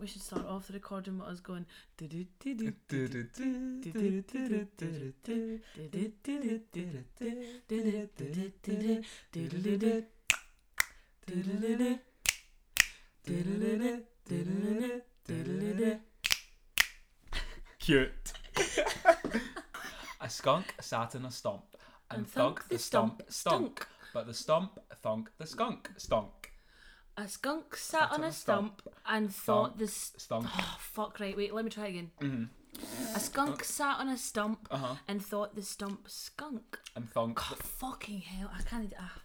we should start off the recording with us going. Cute. a skunk sat in a stomp, and, thunk, the stomp stunk. But the stomp thunk the skunk stunk. A skunk sat on a stump and thought the st- Stunk. oh fuck right wait let me try again. hmm A skunk sat on a stump Uh huh. and thought the stump skunk. And thunk. God fucking hell I can't ah,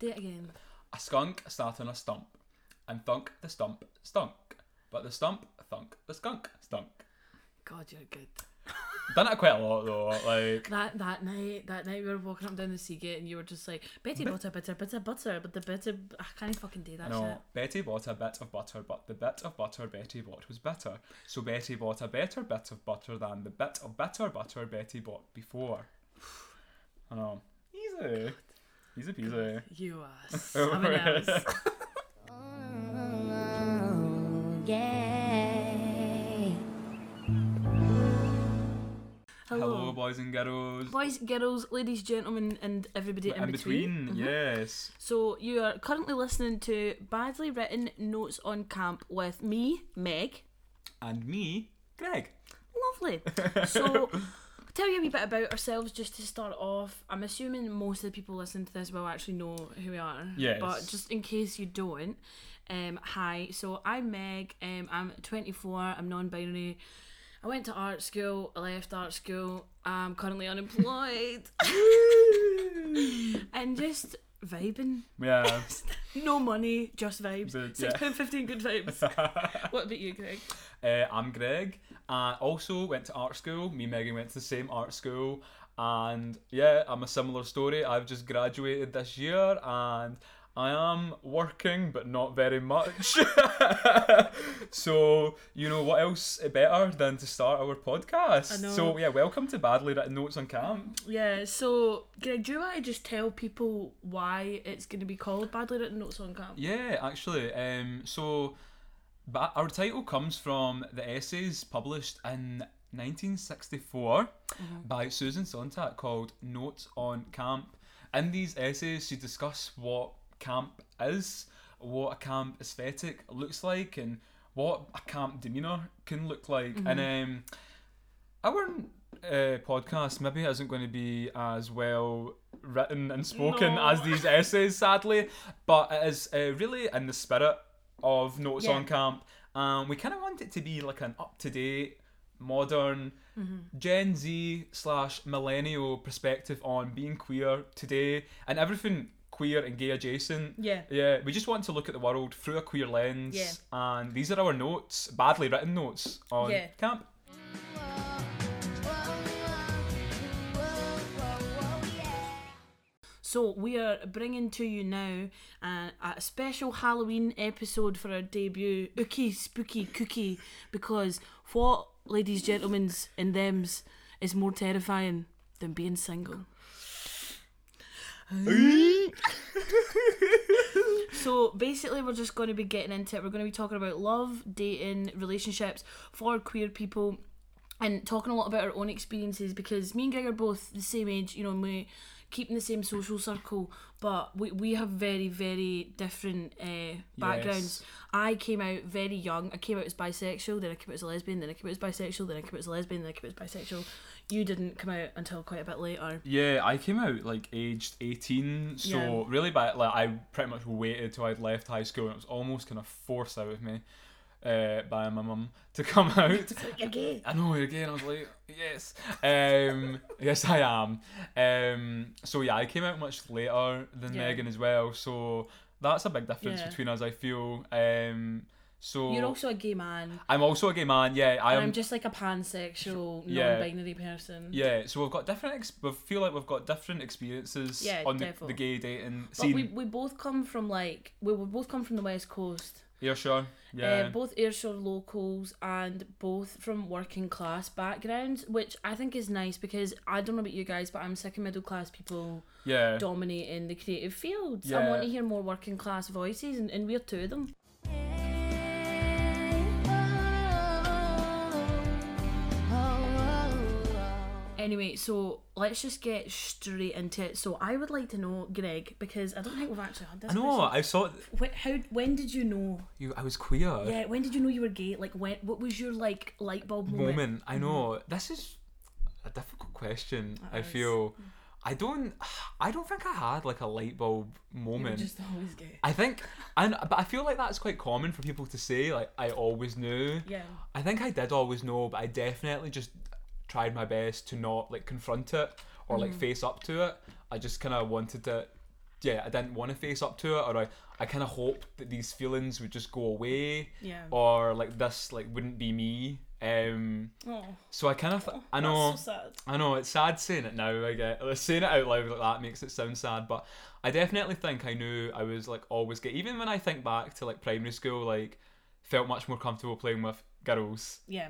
do it again. A skunk sat on a stump, and thunk the stump stunk. But the stump thunk the skunk stunk. God you're good. Done it quite a lot though. Like That that night, that night we were walking up down the Seagate, and you were just like Betty butter, butter, butter, butter, but the butter, I can't fucking do that No, Betty bought a bit of butter, but the bit of butter Betty bought was better. So Betty bought a better bit of butter than the bit of better butter Betty bought before. I know. Easy. Easy peasy. shit. You ass. I'm an ass. Yay. Hello. Hello. boys and girls. Boys, girls, ladies, gentlemen, and everybody in, In between, Mhm. yes. So you are currently listening to badly written notes on camp with me, Meg. And me, Greg. Lovely. So tell you a wee bit about ourselves just to start off. I'm assuming most of the people listening to this will actually know who we are. Yes. But just in case you don't, um, hi. So I'm Meg. Um, I'm 24. I'm non-binary. I went to art school. I left art school. I'm currently unemployed and just vibing. yeah. No money, just vibes. But, yeah. Six pound fifteen, good vibes. what about you, Greg? Uh, I'm Greg. I also went to art school. Me and Megan went to the same art school. And yeah, I'm a similar story. I've just graduated this year and I am working, but not very much. so, you know, what else better than to start our podcast? I know. So, yeah, welcome to Badly Written Notes on Camp. Yeah, so Greg, do you want to just tell people why it's going to be called Badly Written Notes on Camp? Yeah, actually. Um, so, ba- our title comes from the essays published in 1964 by Susan Sontag called Notes on Camp. In these essays, she discusses what camp is, what a camp aesthetic looks like, and what a camp demeanour can look like. And um, our uh, podcast maybe isn't going to be as well written and spoken No. as these essays, sadly, but it is uh, really in the spirit of Notes Yeah. on Camp. Um, we kind of want it to be like an up to date, modern, Mm-hmm. Gen Z slash millennial perspective on being queer today and everything queer and gay adjacent. Yeah. Yeah, we just want to look at the world through a queer lens. Yeah. And these are our notes, badly written notes on Yeah. camp. Oh, So we are bringing to you now uh, a special Halloween episode for our debut, Ookie Spooky Cookie, because what, ladies, gentlemen's and them's, is more terrifying than being single? So basically, we're just going to be getting into it. We're going to be talking about love, dating, relationships for queer people, and talking a lot about our own experiences because me and Greg are both the same age, you know, and we keep in the same social circle, but we, we have very, very different uh, backgrounds. Yes. I came out very young. I came out as bisexual, then I came out as a lesbian, then I came out as bisexual, then I came out as a lesbian, then I came out as bisexual. You didn't come out until quite a bit later. Yeah, I came out like aged 18, so Yeah. really bad. Like, I pretty much waited till I'd left high school and it was almost kind of forced out of me uh, by my mum to come out. You're gay. I know again. I was like, yes, um, yes, I am. Um, so yeah, I came out much later than Yeah. Megan as well. So that's a big difference Yeah. between us. I feel. Um, so You're also a gay man. I'm also a gay man. Yeah, I I'm, am. just like a pansexual, Um, Yeah. non-binary person. yeah, so we've got different. Ex- we feel like we've got different experiences Yeah, on the, defo. the gay dating But scene. we, we both come from like we, we both come from the west coast. Yeah, sure. Uh, Yeah. both Ayrshire locals and both from working class backgrounds, which I think is nice because I don't know about you guys, but I'm sick of middle class people yeah. dominating the creative fields. I Yeah. want to hear more working class voices, and, and we're two of them. Hey, oh, Anyway, so let's just get straight into it. So I would like to know, Greg, because I don't think we've actually had this. I know. question. I saw Wh- how? When did you know? you. I was queer. Yeah. When did you know you were gay? Like when? What was your like light bulb moment? Mm-hmm. moment. I know this is a difficult question. I is. Mm. feel I don't. I don't think I had like a light bulb You were moment. just always gay. I think, and but I feel like that's quite common for people to say. Like I always knew. Yeah. I think I did always know, but I definitely just tried my best to not like confront it or Mm-hmm. like face up to it. I just kind of wanted to, yeah, I didn't want to face up to it, or I, I kind of hoped that these feelings would just go away, Yeah. or like this like wouldn't be me. Um, Oh, so I kind of, I that's know, so sad. I know it's sad saying it now. I get saying it out loud like that makes it sound sad, but I definitely think I knew I was like always gay. Even when I think back to like primary school, like felt much more comfortable playing with girls Yeah.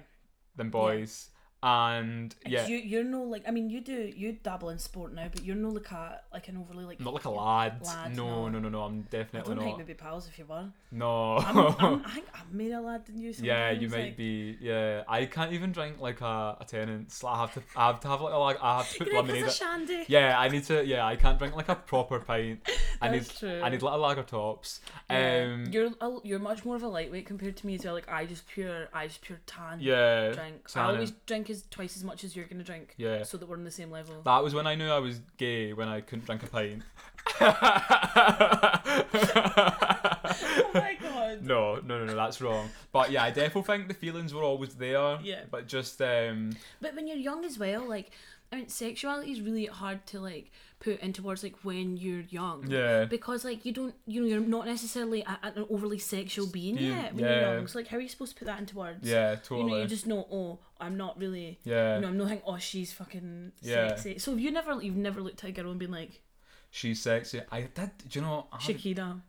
than boys, and yeah, You you're no like I mean you do you dabble in sport now, but you're no like a like an overly like. not like a lad. Lad, no, no. no, no, no. I'm I definitely don't think not. we'd be pals if you were. No. I'm, I'm, I think I'm made a lad than you. yeah, sometimes, you might like- be. Yeah, I can't even drink like a, a tenant's. Like, I have to. I have to have like a, like I have to put Greg lemonade. has a in- shandy. Yeah, I need to. Yeah, I can't drink like a proper pint. I need. That's true. I need little lager tops. Um, you're a, you're much more of a lightweight compared to me as well. Like I just pure I just pure tan yeah. drink. I tannin. always drink as twice as much as you're gonna drink. Yeah. So that we're on the same level. That was when I knew I was gay when I couldn't drink a pint. oh my god. No, no, no, no, that's wrong. But yeah, I definitely think the feelings were always there. Yeah. But just um, But when you're young as well, like I mean, sexuality is really hard to like put into words. Like when you're young. yeah, Because like you don't you know you're not necessarily a, an overly sexual being Yeah, yet when you're yeah. young. So like how are you supposed to put that into words? yeah, You totally. know you just know oh I'm not really yeah, you know I'm not thinking oh she's fucking Yeah. sexy. So have you never you've never looked at a girl and been like she's sexy. I did. Do you know? I had a- Shakira.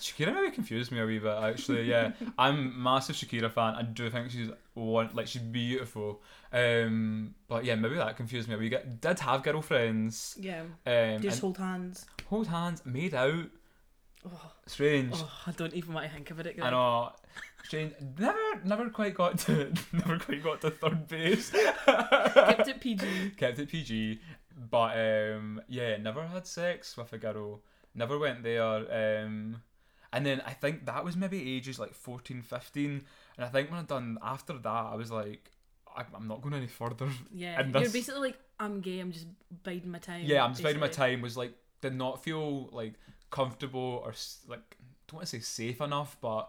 Shakira maybe confused me a wee bit actually. Yeah, I'm a massive Shakira fan. I do think she's one like she's beautiful. Um, but yeah, maybe that confused me a wee bit. Did have girlfriends. Yeah. Um, They just and hold hands. hold hands, made out. Oh, Strange. oh, I don't even want to think of it. I know. Strange. Never, never quite got to, never quite got to third base. Kept it PG. Kept it PG, but um, yeah, never had sex with a girl. Never went there. Um, and then I think that was maybe ages like 14, 15. and I think when I done after that, I was like, I, I'm not going any further. Yeah. And You're this- basically like, I'm gay, I'm just biding my time. Yeah, I'm just biding my basically. time. Was like did not feel like comfortable or s- like don't want to say safe enough, but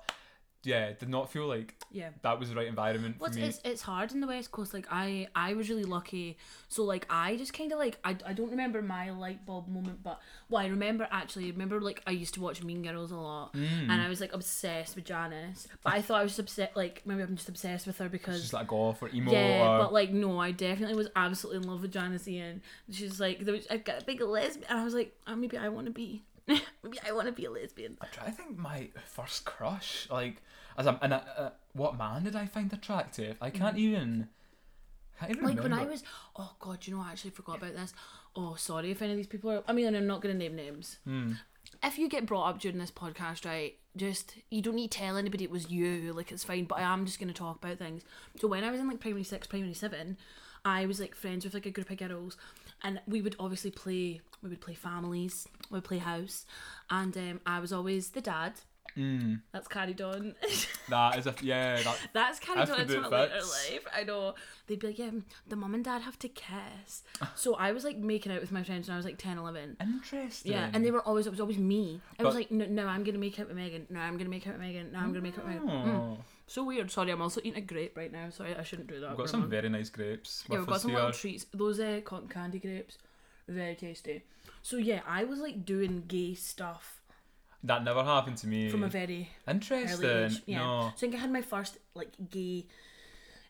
yeah, did not feel like Yeah. that was the right environment Well, for it's, me. it's, it's hard in the West Coast. Like, I, I was really lucky. So, like, I just kind of, like, I, I don't remember my light bulb moment, but, well, I remember, actually, I remember, like, I used to watch Mean Girls a lot, Mm. and I was, like, obsessed with Janice. But I thought I was just obsessed, like, maybe I'm just obsessed with her because... It's just like golf or emo Yeah, or but like no, I definitely was absolutely in love with Janice Ian. She's like, there was, I've got a big lesbian, and I was like, oh, maybe I want to be, maybe I want to be a lesbian. I'm trying to think my first crush. Like as I'm and I, uh, what man did I find attractive? I can't even. I can't even Like when remember. I was, oh god, you know, I actually forgot about this. Oh, sorry if any of these people are. I mean, and I'm not gonna name names. If you get brought up during this podcast, right, just you don't need to tell anybody it was you. Like it's fine, but I am just gonna talk about things. So when I was in like primary six, primary seven, I was like friends with like a group of girls, and we would obviously play. We would play families. We would play house, and um, I was always the dad. That's carried on. That is a yeah. That, That's kind of That's done the into my bit later that's- life. I know. They'd be like, yeah, the mum and dad have to kiss. So I was like making out with my friends when I was like 10, 11. interesting. Yeah, and they were always, it was always me. It was But- like, no, no I'm going to make out with Megan. No, I'm going to make out with Megan. No, I'm going to make out with Megan. Oh, So weird. Sorry, I'm also eating a grape right now. Sorry, I shouldn't do that. we've but got I'm some on- very nice grapes. yeah, with we've got us some here. little treats. Those uh, cotton candy grapes, very tasty. So yeah, I was like doing gay stuff That never happened to me. from a very Interesting. early age. Yeah. No. So I think I had my first like gay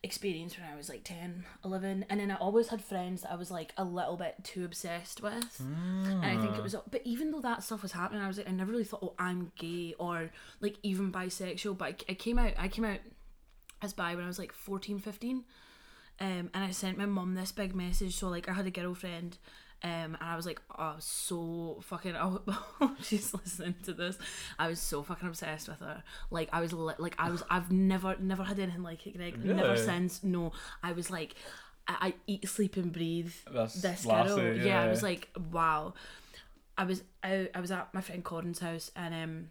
experience when I was like 10, 11 and then I always had friends that I was like a little bit too obsessed with. And I think it was but even though that stuff was happening I was like I never really thought oh I'm gay or like even bisexual but I, I came out I came out as bi when I was like 14, 15 um, and I sent my mum this big message. So like, I had a girlfriend, um, and I was like, oh, I was so fucking. Oh, she's listening to this. I was so fucking obsessed with her. Like I was li- like I was. I've never never had anything like it, Greg. Never Really? since. No, I was like. I, I eat, sleep, and breathe That's this Lassie, girl. Yeah. I eh, yeah. was like, wow. I was out, I was at my friend Corin's house and um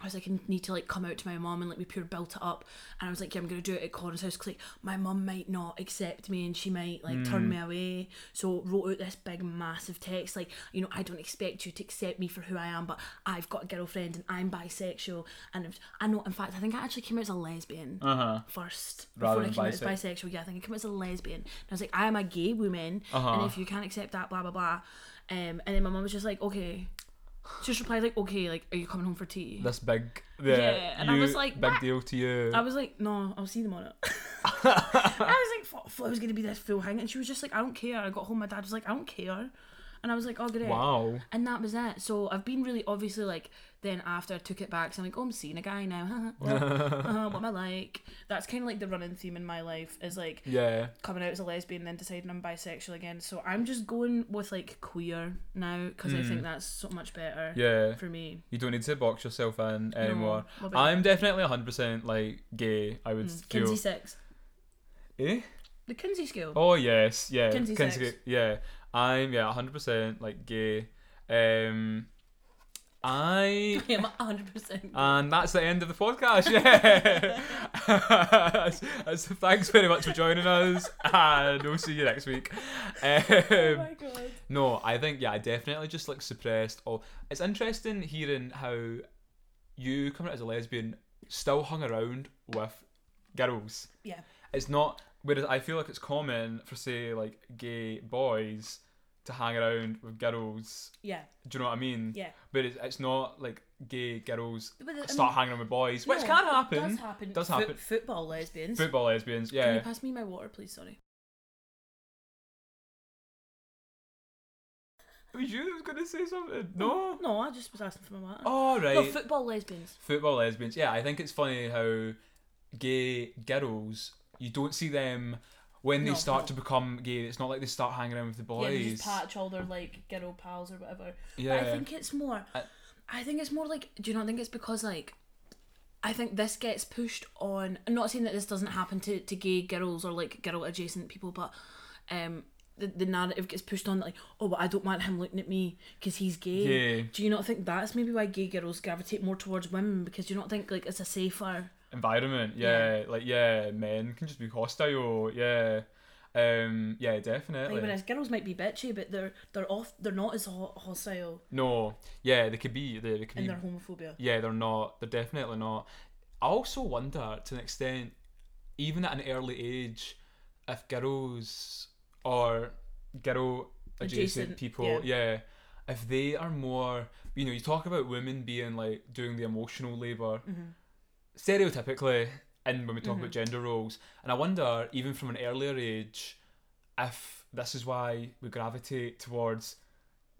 I was like, I need to like come out to my mom and like we pure built it up and I was like, yeah, I'm gonna do it at Corin's house because like my mom might not accept me and she might like turn me away. So wrote out this big massive text like, you know, I don't expect you to accept me for who I am, but I've got a girlfriend and I'm bisexual and if- I know. In fact, I think I actually came out as a lesbian Uh huh. first Rather before I than came out as bisexual. Yeah, I think I came out as a lesbian. And I was like, I am a gay woman, Uh-huh. and if you can't accept that, blah blah blah. Um, and then my mum was just like, okay, she just replied like, okay, like, are you coming home for tea? This big. The, Yeah, and I you- was like, big "What?" deal to you. I was like, no, I'll see them on it. I was like, Flo was gonna be this full hang, and she was just like, I don't care. I got home, my dad was like, I don't care, and I was like, oh great. wow. And that was it. So I've been really obviously like then after I took it back, so I'm like, oh, I'm seeing a guy now. what, uh, what am I like? That's kind of like the running theme in my life is like Yeah. coming out as a lesbian then deciding I'm bisexual again. So I'm just going with like queer now because I think that's so much better Mm. Yeah. for me. You don't need to box yourself in anymore. what about I'm definitely 100% like gay, I would feel. Kinsey Six, Eh? the Kinsey School. Oh yes, yeah. Kinsey Kinsey- sex. yeah. I'm yeah, hundred percent like gay. Um I Yeah, I'm 100. percent and that's the end of the podcast. Yeah. That's- that's- thanks very much for joining us, and we'll see you next week. Oh Um, my god. no, I think yeah, I definitely just like suppressed. All it's interesting hearing how you coming out as a lesbian still hung around with girls Yeah. it's not whereas I feel like it's common for say like gay boys to hang around with girls. Yeah. Do you know what I mean? Yeah. But it's, it's not like gay girls But the- I start mean, hanging around with boys, which no, can it happen. Does happen. Does Fo- happen. football lesbians. Football lesbians, Can you yeah. pass me my water, please? Sorry. Was you was gonna say something? No. No, I just was asking for my water. All Oh, right. No, football lesbians. football lesbians. Yeah, I think it's funny how gay girls you don't see them when they No, start no. to become gay. It's not like they start hanging around with the Yeah, they boys. just patch all their like girl pals or whatever. But I Yeah. think it's more. I- I, think it's more like. Do you not think it's because like, I think this gets pushed on. I'm not saying that this doesn't happen to to gay girls or like girl adjacent people, but um. The, the narrative gets pushed on like oh but I don't want him looking at me because he's gay Yeah. do you not think that's maybe why gay girls gravitate more towards women because do you not think like it's a safer environment. Yeah, like yeah, men can just be hostile. Yeah, um, yeah, definitely. like, whereas girls might be bitchy but they're they're off they're not as ho- hostile no, yeah, they could be. They, they could in be. their homophobia yeah, they're not. They're definitely not. I also wonder to an extent, even at an early age, if girls or girl adjacent Adjacent, people, yeah. yeah, if they are more, you know, you talk about women being like doing the emotional labor stereotypically and when we talk about gender roles and i wonder even from an earlier age if this is why we gravitate towards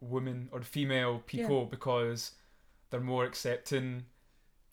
women or female people because they're more accepting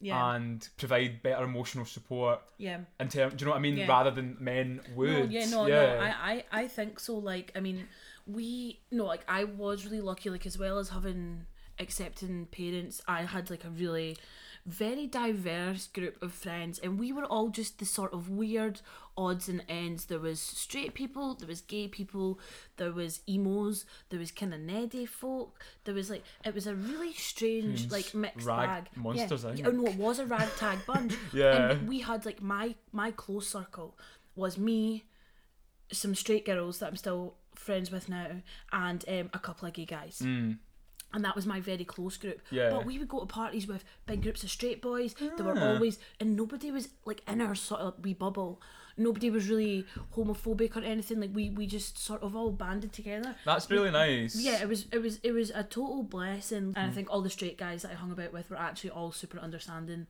yeah and provide better emotional support yeah in term, do you know what i mean Yeah. rather than men would No, yeah, no, no. yeah I, I, I think so. Like, I mean, we no, like, I was really lucky. Like, as well as having accepting parents, I had like a really very diverse group of friends, and we were all just the sort of weird odds and ends. There was straight people, there was gay people, there was emos, there was kind of neddy folk. There was like it was a really strange Huge like mixed Hmm. rag bag. Yeah. monsters, eh? I Yeah, think. Oh no, it was a ragtag bunch. Yeah. And we had like my my close circle was me, some straight girls that I'm still friends with now, and um, a couple of gay guys. And that was my very close group. Mm. Yeah. But we would go to parties with big groups of straight boys. They were Ah. always, and nobody was like in our sort of wee bubble. Nobody was really homophobic or anything. Like we, we just sort of all banded together. that's really nice Yeah, it was it was it was a total blessing, and I think all the straight guys that I hung about with were actually all super understanding,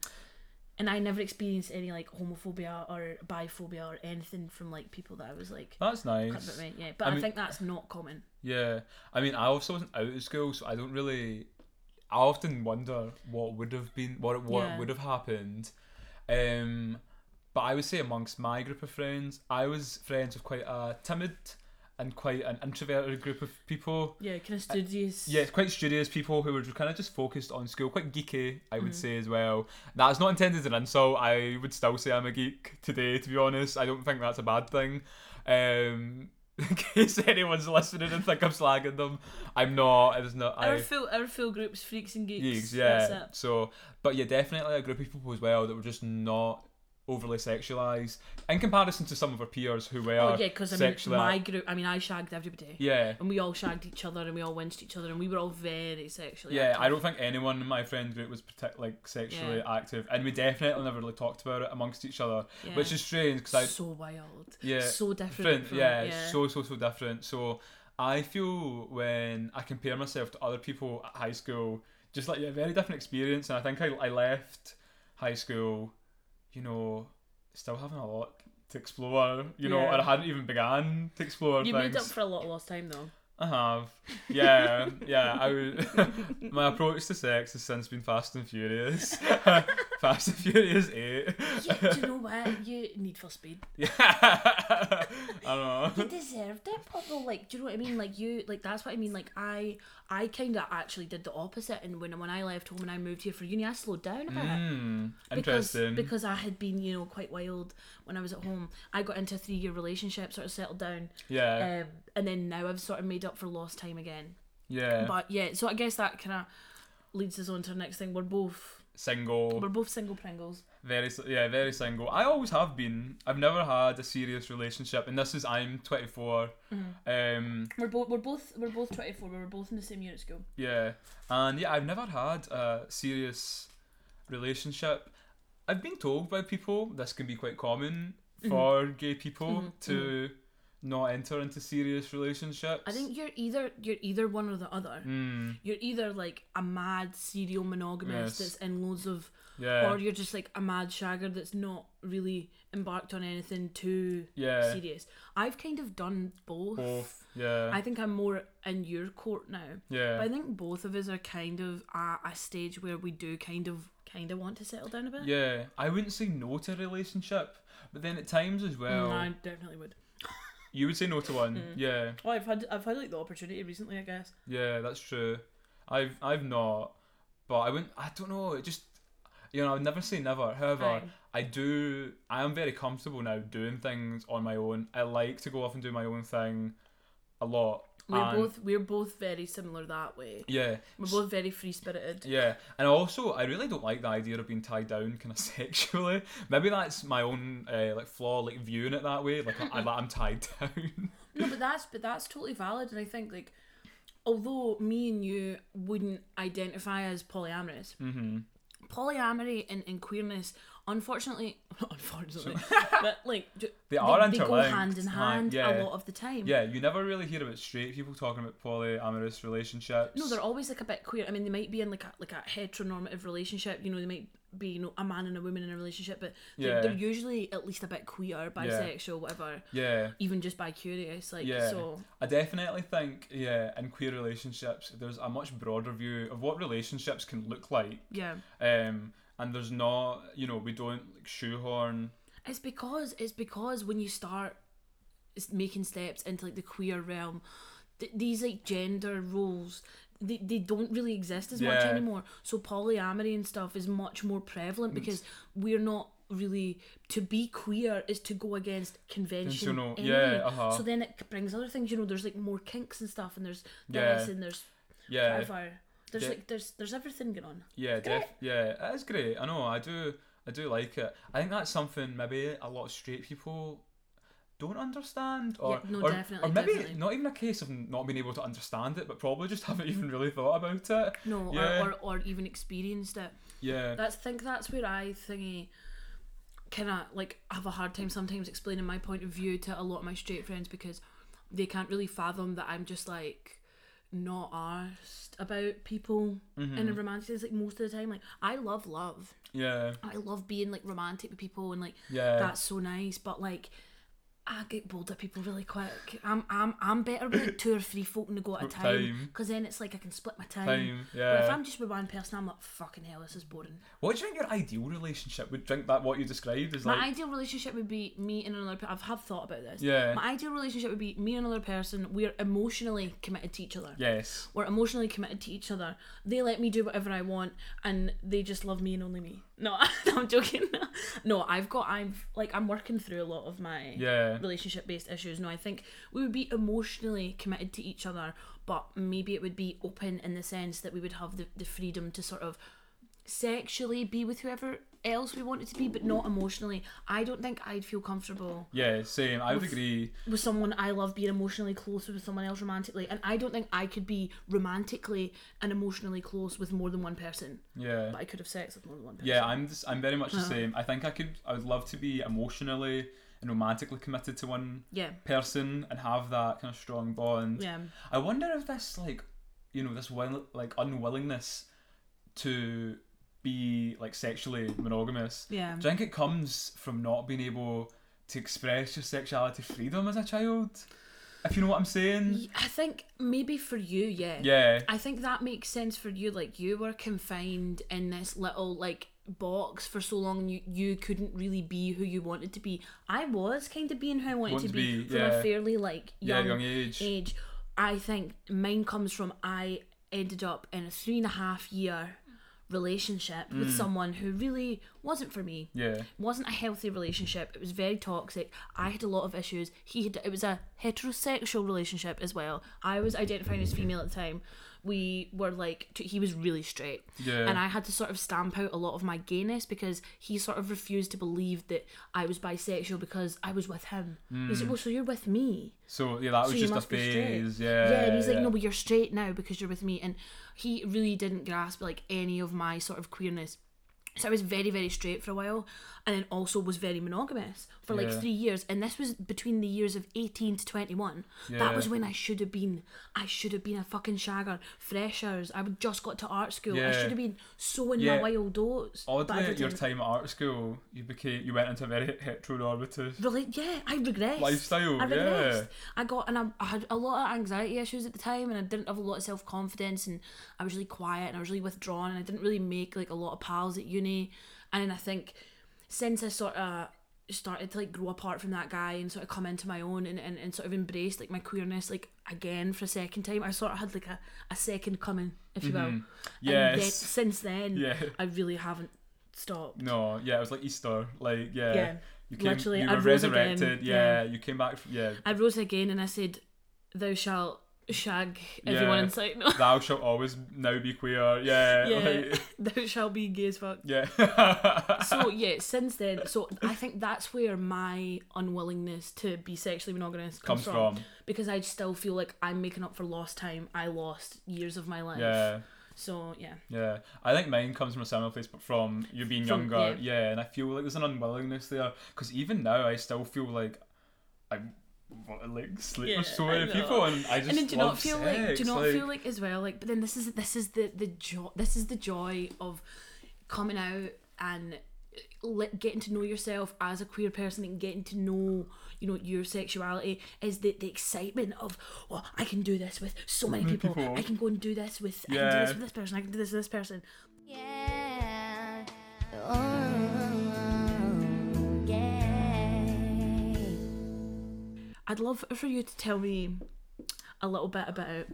and I never experienced any like homophobia or biphobia or anything from like people that I was like that's cut nice about me. Yeah, but I I, mean- think that's not common. yeah i mean i also wasn't out of school so i don't really i often wonder what would have been what what Yeah. would have happened um but i would say amongst my group of friends i was friends with quite a timid and quite an introverted group of people Yeah, kind of studious. yeah, it's quite studious people who were kind of just focused on school, quite geeky, I Mm. would say as well. That's not intended as an insult. I would still say I'm a geek today, to be honest. I don't think that's a bad thing. Um, in case anyone's listening and think I'm slagging them, I'm not. It's not. Our I, full our full groups, freaks and geeks. geeks, That's yeah. it. So, but yeah, definitely a group of people as well that were just not overly sexualized in comparison to some of our peers who were Oh yeah, because I mean, sexually. my group. I mean, I shagged everybody, yeah. and we all shagged each other, and we all winched each other, and we were all very sexually. Yeah, active. I don't think anyone in my friend group was partic- like sexually Yeah. active, and we definitely never really talked about it amongst each other, Yeah. which is strange because I so wild. yeah so different. different, from- yeah, so so so different. So I feel when I compare myself to other people at high school, just like yeah, very different experience, and I think I I left high school, you know, still having a lot to explore, you know, Yeah. and I hadn't even began to explore you things. made up for a lot of lost time though. I have. Yeah, yeah. I would. my approach to sex has since been Fast and Furious. Fast and Furious Eight. Yeah, do you know what? You need for speed. Yeah. I don't You know. deserved it, but though, like, do you know what I mean? Like you, like that's what I mean. Like I, I kind of actually did the opposite. And when when I left home and I moved here for uni, I slowed down a bit. Hmm. because Interesting. because I had been you know quite wild when I was at home. I got into a three year relationship, sort of settled down, yeah. um, and then now I've sort of made up for lost time again. yeah. But yeah, so I guess that kind of leads us on to the next thing. We're both we're Single. both single Pringles. Very. s- Yeah. Very single. I always have been. I've never had a serious relationship, and this is I'm 24. Mm-hmm. Um. We're both we're both we're both twenty four. We were both in the same year at school. Yeah, and yeah, I've never had a serious relationship. I've been told by people this can be quite common Mm-hmm. for gay people to not enter into serious relationships. I think you're either you're either one or the other. Mm, You're either like a mad serial monogamist Yes. that's in loads of, yeah. or you're just like a mad shagger that's not really embarked on anything too yeah. serious. I've kind of done both. Both. Yeah. I think I'm more in your court now. But yeah. I think both of us are kind of at a stage where we do kind of kind of want to settle down a bit. Yeah. I wouldn't say no to a relationship, but then at times as well, Mm, I Mm-hmm. definitely would. you would say no to one. Yeah. Well, I've had I've had like the opportunity recently, I guess. Yeah, that's true. I've I've not, but I wouldn't. I don't know. It just you know I would never say never. However, Aye. I do. I am very comfortable now doing things on my own. I like to go off and do my own thing, a lot. We're and- both we're both very similar that way. Yeah, We're both very free spirited. yeah, and also I really don't like the idea of being tied down kind of sexually. Maybe that's my own uh, like flaw, like viewing it that way. Like I, I'm tied down. No, but that's but that's totally valid, and I think like although me and you wouldn't identify as polyamorous, hmm polyamory and, and queerness unfortunately not unfortunately but like d- They are they go interlinked, hand in like, hand yeah. a lot of the time Yeah, you never really hear about straight people talking about polyamorous relationships. no they're always like a bit queer i mean they might be in like a like a heteronormative relationship you know they might be you know a man and a woman in a relationship but they're, Yeah. they're usually at least a bit queer bisexual whatever yeah. even just bi curious like Yeah. so I definitely think, yeah, in queer relationships, there's a much broader view of what relationships can look like. yeah Um, and there's not, you know, we don't like shoehorn. It's because it's because when you start s- making steps into like the queer realm, th- these like gender roles they, they don't really exist as much Yeah. anymore. So polyamory and stuff is much more prevalent Mm. because we're not really to be queer is to go against convention. Conventional, anyway. yeah, uh-huh. So then it c- brings other things. You know, there's like more kinks and stuff, and there's Yeah. this and there's Yeah, whatever. There's Yeah. like there's there's everything going on. yeah, def- yeah. It is great. I know. I do. I do like it. I think that's something maybe a lot of straight people don't understand, or Yeah, no, or, definitely, or maybe definitely. not even a case of not being able to understand it, but probably just haven't even really thought about it. No, Yeah. or, or or even experienced it. Yeah, That's think that's where I thingy kind of like have a hard time sometimes explaining my point of view to a lot of my straight friends because they can't really fathom that I'm just like not arsed about people Mm-hmm. in a romantic sense. Like most of the time, like I love love. yeah, I love being like romantic with people and like yeah. that's so nice. But like. I get bored of people really quick. I'm I'm I'm better with like, two or three folk and go at a time Time. because then it's like I can split my time. Time. But if Yeah. I'm just with one person, I'm like fucking hell, this is boring. What do you think your ideal relationship would think that what you described is like? My ideal relationship would be me and another. Per- I've have thought about this. Yeah. My ideal relationship would be me and another person. We're emotionally committed to each other. Yes. We're emotionally committed to each other. They let me do whatever I want, and they just love me and only me. No, I'm joking. No, I've got I've like I'm working through a lot of my Yeah. relationship based issues. No, I think we would be emotionally committed to each other, but maybe it would be open in the sense that we would have the, the freedom to sort of sexually be with whoever else we wanted to be, but not emotionally. I don't think I'd feel comfortable Yeah, same. I would agree. with someone I love being emotionally close with someone else romantically, and I don't think I could be romantically and emotionally close with more than one person. Yeah. But I could have sex with more than one person. Yeah, I'm just, I'm very much Uh-huh. the same. I think I could I would love to be emotionally and romantically committed to one Yeah. person and have that kind of strong bond. Yeah. I wonder if this like you know this will, like unwillingness to be like sexually monogamous. Yeah. Do you think it comes from not being able to express your sexuality freedom as a child? If you know what I'm saying. Y- I think maybe for you, yeah. Yeah. I think that makes sense for you. Like you were confined in this little like box for so long, and you you couldn't really be who you wanted to be. I was kind of being who I wanted Want to to be, be, from a yeah. fairly like Yeah, young, young age. age. I think mine comes from I ended up in a three and a half year relationship with Mm. someone who really wasn't for me Yeah. wasn't a healthy relationship. It was very toxic. I had a lot of issues. He had it was a heterosexual relationship as well. I was identifying as female at the time. We were like t- he was really straight. Yeah. And I had to sort of stamp out a lot of my gayness because he sort of refused to believe that I was bisexual because I was with him. He's like, "Well, so you're with me." So yeah, that was so you just a must be straight. phase. Yeah. Yeah, and he's like, yeah. no, but you're straight now because you're with me, and he really didn't grasp like any of my sort of queerness. So I was very, very straight for a while, and then also was very monogamous for like Yeah. three years, and this was between the years of eighteen to twenty-one. That Yeah. was when I should have been. I should have been a fucking shagger, freshers. I would just got to art school. I Yeah. should have been so in Yeah. my wild oats. but I Oddly, at your didn't. time at art school, you became you went into a very heteronormative. Really, yeah, I regressed. Lifestyle, I yeah. regressed. I got, and I, I had a lot of anxiety issues at the time, and I didn't have a lot of self confidence, and I was really quiet, and I was really withdrawn, and I didn't really make like a lot of pals at uni. And then I think since I sort of started to like grow apart from that guy and sort of come into my own and, and, and sort of embrace like my queerness like again for a second time I sort of had like a, a second coming if you will and then, Mm-hmm. Hmm. Yes. since then Yeah. I really haven't stopped No, yeah, it was like Easter. Like, yeah. Yeah, You came, literally, you I were rose again, resurrected. Yeah, you came back. From, yeah, I rose again and I said, "Thou shalt shag everyone Yeah. in sight." No. thou shalt always now be queer. Yeah, yeah, like- thou shalt be gay as fuck. yeah, So yeah, since then, so I think that's where my unwillingness to be sexually monogamous comes, comes from. because I still feel like I'm making up for lost time. I lost years of my life. Yeah, So yeah, yeah. I think mine comes from a similar place, but from you being From- younger. Yeah. and I feel like there's an unwillingness there because even now I still feel like I'm like sleep Yeah, with so I many know. people, and I just and then do you love not feel sex. like do you not feel like as well like but then this is this is the the joy this is the joy of coming out and let, getting to know yourself as a queer person and getting to know you know your sexuality is the, the excitement of well I can do this with so many people, people. I can go and do this with I can do this Yeah. with this person I can do this with this person Yeah. Oh, yeah. I'd love for you to tell me a little bit about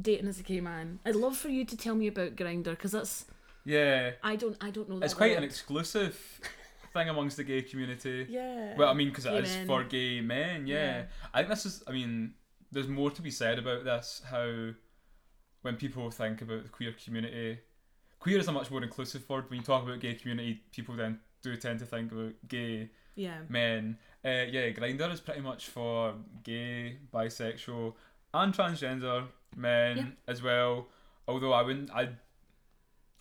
dating as a gay man I'd love for you to tell me about Grinder because that's yeah. I don't I don't know that It's quite an word. exclusive thing amongst the gay community. yeah Well, I mean, because it Gay is men. for gay men, yeah. Yeah. I think this is, I mean, there's more to be said about this, how when people think about the queer community, queer is a much more inclusive word. When you talk about gay community, people then do tend to think about gay yeah men. Uh, yeah, Grinder is pretty much for gay, bisexual, and transgender men Yeah. as well. Although I wouldn't, I,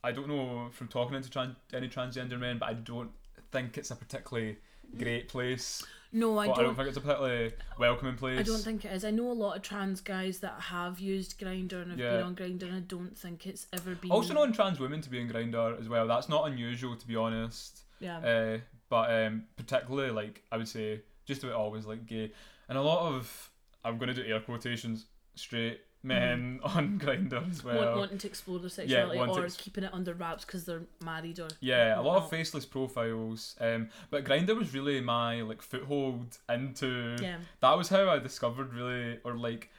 I don't know from talking to tran- any transgender men, but I don't think it's a particularly great place. no I But I don't don't think it's a particularly welcoming place. I don't think it is. I know a lot of trans guys that have used Grinder and have Yeah. been on Grinder, and I don't think it's ever been. Also, known trans women to be in Grinder as well. That's not unusual, to be honest. Yeah. Uh, but um, particularly, like I would say, just about always like gay, and a lot of I'm going to do air quotations straight men Mm-hmm. on Grinder as well. Want- wanting to explore their sexuality want to or ex- keeping it under wraps because they're married or Yeah, a lot of whatnot. faceless profiles. Um, but Grinder was really my like foothold into. Yeah. That was how I discovered really, or like,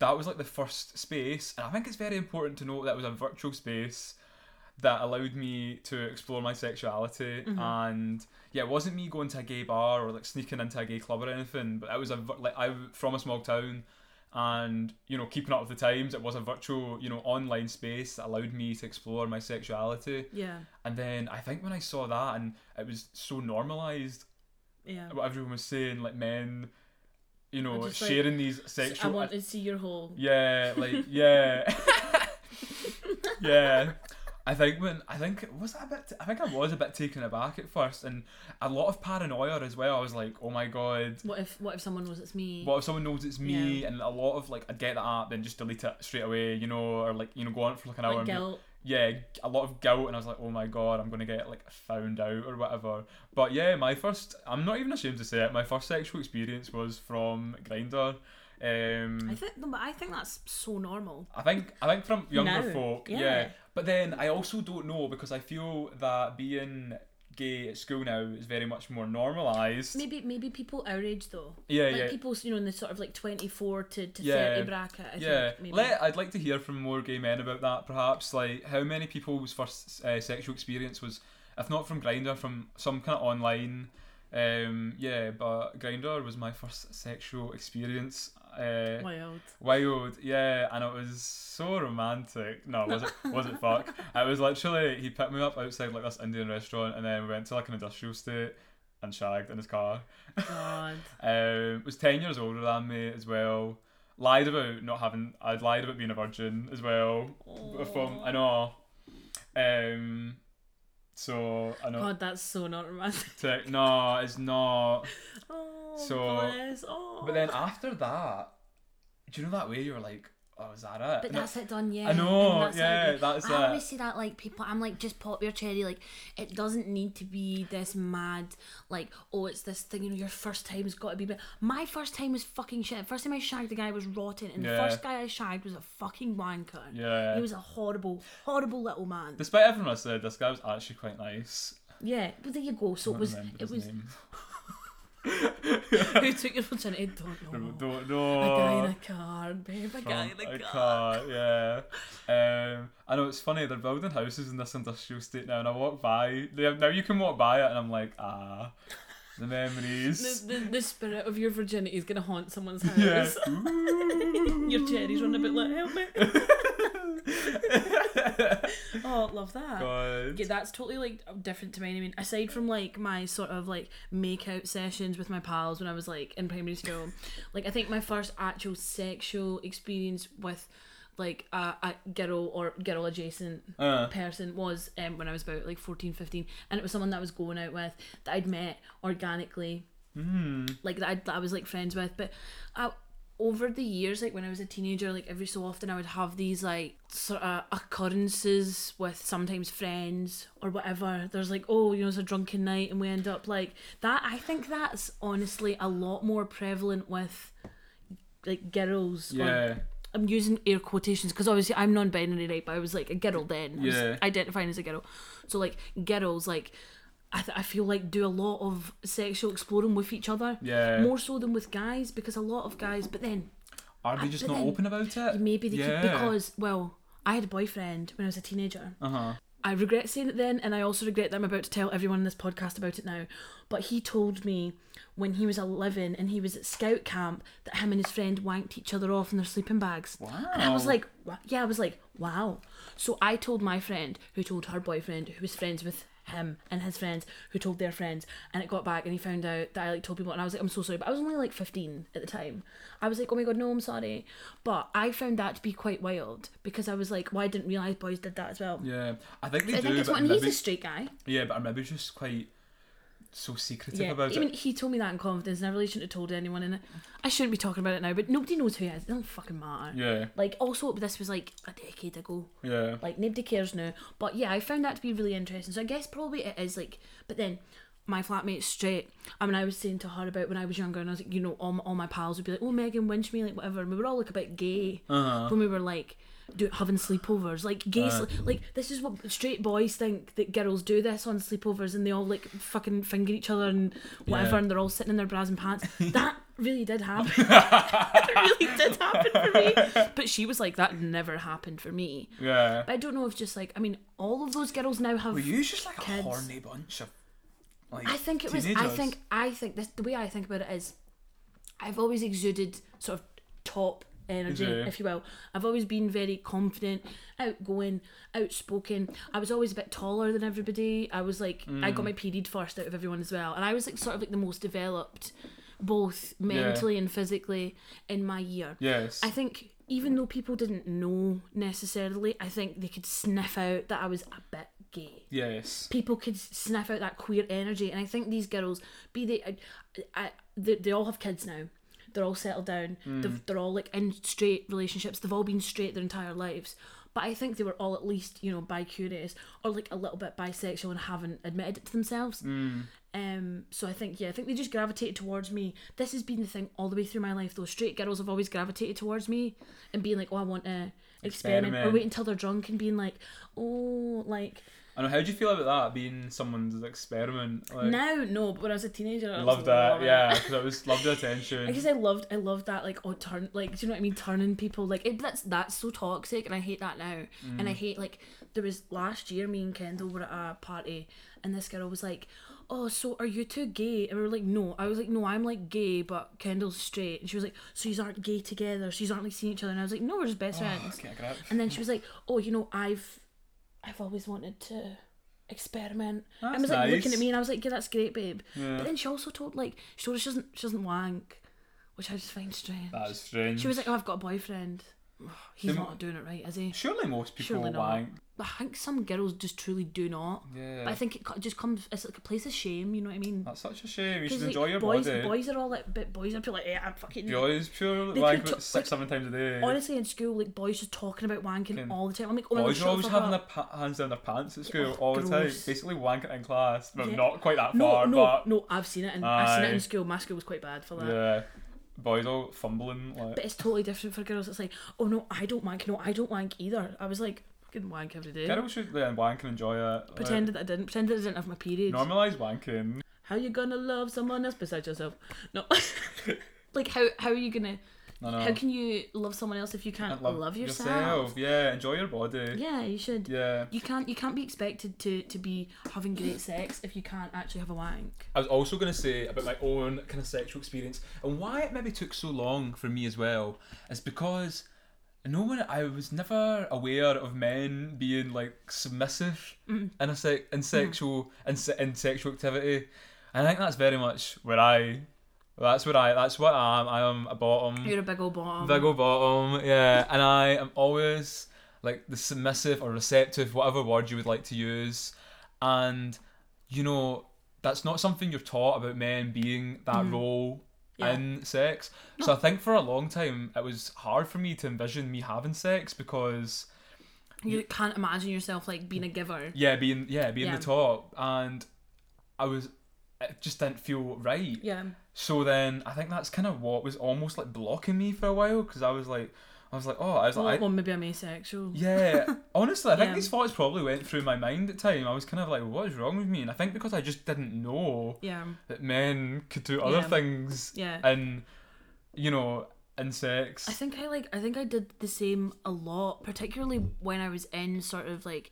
that was like the first space, and I think it's very important to note that was a virtual space that allowed me to explore my sexuality. And yeah, it wasn't me going to a gay bar or like sneaking into a gay club or anything, but I was a vir- like I w- from a small town. And you know, keeping up with the times, it was a virtual, you know, online space that allowed me to explore my sexuality. Yeah. And then I think when I saw that, and it was so normalized, Yeah. what everyone was saying, like men, you know, just, like, sharing these I sexual. uh, want to see your hole. yeah, like yeah, yeah. I think when I think was that a bit. I think I was a bit taken aback at first, and a lot of paranoia as well. I was like, oh my god. What if what if someone was it's me? What if someone knows it's me? And a lot of like, I'd get that app, then just delete it straight away, you know, or like, you know, go on for like an hour. Like and be- guilt. yeah, a lot of guilt, and I was like, oh my god, I'm gonna get like found out or whatever. But yeah, my first, I'm not even ashamed to say it, my first sexual experience was from Grinder. Um, I think no, but I think that's so normal. I think I think from younger Now, folk, yeah. yeah. But then I also don't know because I feel that being gay at school now is very much more normalised. Maybe maybe people our age though. yeah, like yeah. people you know in the sort of like 24 to, to Yeah. 30 bracket I yeah, think maybe. Let, I'd like to hear from more gay men about that. Perhaps like how many people's first uh, sexual experience was, if not from Grinder, from some kind of online. Um, yeah, but Grinder was my first sexual experience. Uh, wild Wild, yeah, and it was so romantic. No, was it? Was it fuck? It was literally he picked me up outside like this Indian restaurant, and then we went to like an industrial state and shagged in his car. god Um, was ten years older than me as well. Lied about not having. I'd lied about being a virgin as well. From I know. Um, so I know. god that's so not romantic Tech- no, it's not. oh So- bless oh But then after that, do you know that way you were like, oh, is that it? But And it- that's it done, yeah. I know, And that's it, yeah, that's I it. always say that, like, people, I'm like, just pop your cherry. Like, it doesn't need to be this mad like oh it's this thing you know your first time's got to be better. my first time was fucking shit first time I shagged a guy was rotten and Yeah. the first guy I shagged was a fucking wanker Yeah. he was a horrible horrible little man Despite everyone I said, this guy was actually quite nice. yeah but there you go so it I was remember it his was name. who took your virginity don't know Don't A guy in know. a car, babe. A guy in a car. yeah. Um, I know it's funny. They're building houses in this industrial state now, and I walk by. They, now you can walk by it, and I'm like, ah, the memories. The, the, the spirit of your virginity is gonna haunt someone's house. yeah. your cherries running about like help me. oh, love that. God. Yeah, that's totally like different to mine. I mean, aside from like my sort of like make out sessions with my pals when I was like in primary school, like I think my first actual sexual experience with like a, a girl or girl adjacent Uh. person was um, when I was about like 14, 15 and it was someone that I was going out with that I'd met organically like that I, that I was like friends with but I, over the years like when I was a teenager like every so often I would have these like sort of occurrences with sometimes friends or whatever there's like oh you know it's a drunken night and we end up like that I think that's honestly a lot more prevalent with like girls or Yeah. I'm using air quotations because obviously I'm non-binary, right? But I was like a girl then. I was Yeah. identifying as a girl. So like girls, like I, th- I feel like do a lot of sexual exploring with each other. Yeah. More so than with guys because a lot of guys. But then Are they just But not then- open about it? maybe they yeah. keep because well I had a boyfriend when I was a teenager. Uh Uh-huh, huh. I regret saying it then, and I also regret that I'm about to tell everyone in this podcast about it now. But he told me when he was 11 and he was at scout camp that him and his friend wanked each other off in their sleeping bags. And I was Wow. like, wa- yeah, I was like, wow. So I told my friend, who told her boyfriend, who was friends with him and his friends, who told their friends, and it got back, and he found out that I like told people, and I was like, I'm so sorry, but I was only like 15 at the time. I was like, oh my god, no, I'm sorry. But I found that to be quite wild because I was like, well, I didn't realize boys did that as well. Yeah, I think they I do. think it's but what, and he's maybe- a straight guy. Yeah, but I remember just quite so secretive Yeah, about even it. he told me that in confidence, and I really shouldn't have told anyone. And I shouldn't be talking about it now, but nobody knows who he is. It don't fucking matter. Yeah, Like, also, this was like a decade ago. yeah. Like nobody cares now. But yeah, I found that to be really interesting. So I guess probably it is like. But then my flatmate's straight. I mean, I was saying to her about when I was younger, and I was like, you know, all my, all my pals would be like, "Oh, Megan, winch me," like whatever. And we were all like a bit gay Uh-huh. when we were like do, having sleepovers. Like gay, sle- like this is what straight boys think that girls do this on sleepovers, and they all like fucking finger each other and whatever, Yeah. and they're all sitting in their bras and pants. that really did happen. it really did happen for me. But she was like, that never happened for me. Yeah. But I don't know if just like I mean, all of those girls now have. Were you just like a kids. horny bunch of like I think it was. I teenagers? think. I think this. The way I think about it is, I've always exuded sort of top energy, Yeah. if you will. I've always been very confident, outgoing, outspoken. I was always a bit taller than everybody. I was like, I Mm. got my period first out of everyone as well, and I was like sort of like the most developed, both mentally and physically, in my year. Yes. I think even though people didn't know necessarily, I think they could sniff out that I was a bit gay. yes. People could sniff out that queer energy, and I think these girls, be they, I, I, they, they all have kids now. They're all settled down. They've, they're all like in straight relationships. They've all been straight their entire lives. But I think they were all at least, you know, bi curious or like a little bit bisexual and haven't admitted it to themselves. Um, so I think yeah, I think they just gravitated towards me. This has been the thing all the way through my life. Those straight girls have always gravitated towards me and being like, oh, I want to experiment, or Experiment. wait until they're drunk and being like, oh, like I know. How do you feel about that being someone's experiment? Like, now no. But when I was a teenager, I Love was that, loving it. yeah, because I was loved the I attention. guess I loved I loved that like oh turn like do you know what I mean turning people like it, that's that's so toxic and I hate that now and Mm. I hate like there was last year me and Kendall were at a party and this girl was like oh so are you two gay and we were like no I was like no I'm like gay but Kendall's straight and she was like so you aren't gay together so you aren't like seeing each other and I was like no we're just best Oh. friends Okay, I get it. and then she was like oh you know I've I've always wanted to experiment I That's was like looking nice. at me and I was like yeah that's great babe Yeah. but then she also told like she told us she doesn't she doesn't wank, which I just find strange. That is strange. She was like, "Oh, I've got a boyfriend. Ugh, He's Then- not doing it right, is he?" Surely most people Surely wank. not. But I think some girls just truly do not. Yeah. But I think it co- just comes. It's like a place of shame. You know what I mean? That's such a shame. You 'Cause, should like, enjoy your boys, body. Boys are all like, but boys are like, yeah, I'm fucking. Boys pure They wank could about t- six, like, seven times a day. Honestly, in school, like boys just talking about wanking Fucking- all the time. I'm like, oh my god, Boys shut are always the fuck having their up. pa- hands down their pants at school oh, all the time. gross. Basically wanking in class. Well, Yeah. not quite that No, far, no, but no. I've seen it, and I've seen Aye. it in school. My school was quite bad for that. yeah, boys all fumbling But like. it's totally different for girls. It's like, oh no, I don't wank. No, I don't wank either. I was like, fucking wank every day. Girls should yeah, wank and enjoy it. like, Pretended that I didn't. Pretended I didn't have my period. normalise wanking. How you gonna love someone else besides yourself? No. like how how are you gonna? No, no. How can you love someone else if you can't Can't love, yourself? Yeah, enjoy your body. Yeah, you should. Yeah. You can't you can't be expected to to be having great sex if you can't actually have a wank. I was also going to say about my own kind of sexual experience and why it maybe took so long for me as well is because no one I was never aware of men being like submissive Mm. in a se- in sexual in, se- in sexual activity. And I think that's very much where I that's what I that's what I am. I am a bottom. You're a big old bottom. Mm. Big ol' bottom, yeah. And I am always like the submissive or receptive, whatever word you would like to use. And you know, that's not something you're taught about men being that role Mm-hmm. Yeah. in sex. So I think for a long time it was hard for me to envision me having sex because you can't imagine yourself like being a giver. yeah, being yeah, being Yeah. the top and I was it just didn't feel right. Yeah. So then I think that's kind of what was almost like blocking me for a while because I was like I was like, oh, I was Well, like, I- well, maybe I'm asexual. Yeah, honestly, I think Yeah. these thoughts probably went through my mind at time. I was kind of like, "What is wrong with me?" And I think because I just didn't know Yeah. that men could do other Yeah. things Yeah. and you know, in sex. I think I like I think I did the same a lot, particularly when I was in sort of like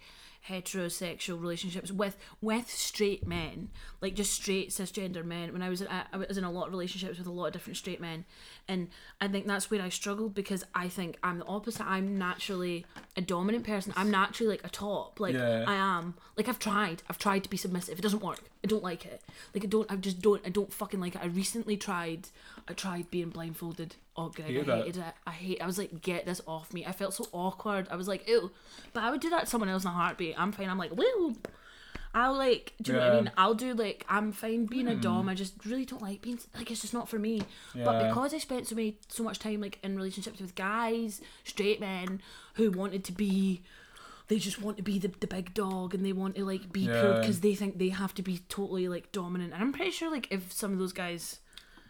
heterosexual relationships with with straight men, like just straight cisgender men. When I was in, I, I was in a lot of relationships with a lot of different straight men, and I think that's where I struggled because I think I'm the opposite. I'm naturally a dominant person. I'm naturally like a top. Like Yeah. I am. Like I've tried. I've tried to be submissive. It doesn't work. I don't like it. Like I don't. I just don't. I don't fucking like it. I recently tried. I tried being blindfolded. Oh, Greg, Hated I it. hated it. I hate. I was like, get this off me. I felt so awkward. I was like, ew. But I would do that to someone else in a heartbeat. I'm fine. I'm like, woo. I'll like, do you know what Yeah. Hmm. I mean? I'll do like, I'm fine being a dom. I just really don't like being like it's just not for me. But Yeah. because I spent so many so much time like in relationships with guys, straight men who wanted to be. They just want to be the, the big dog and they want to like be cool Yeah. because they think they have to be totally like dominant. And I'm pretty sure like if some of those guys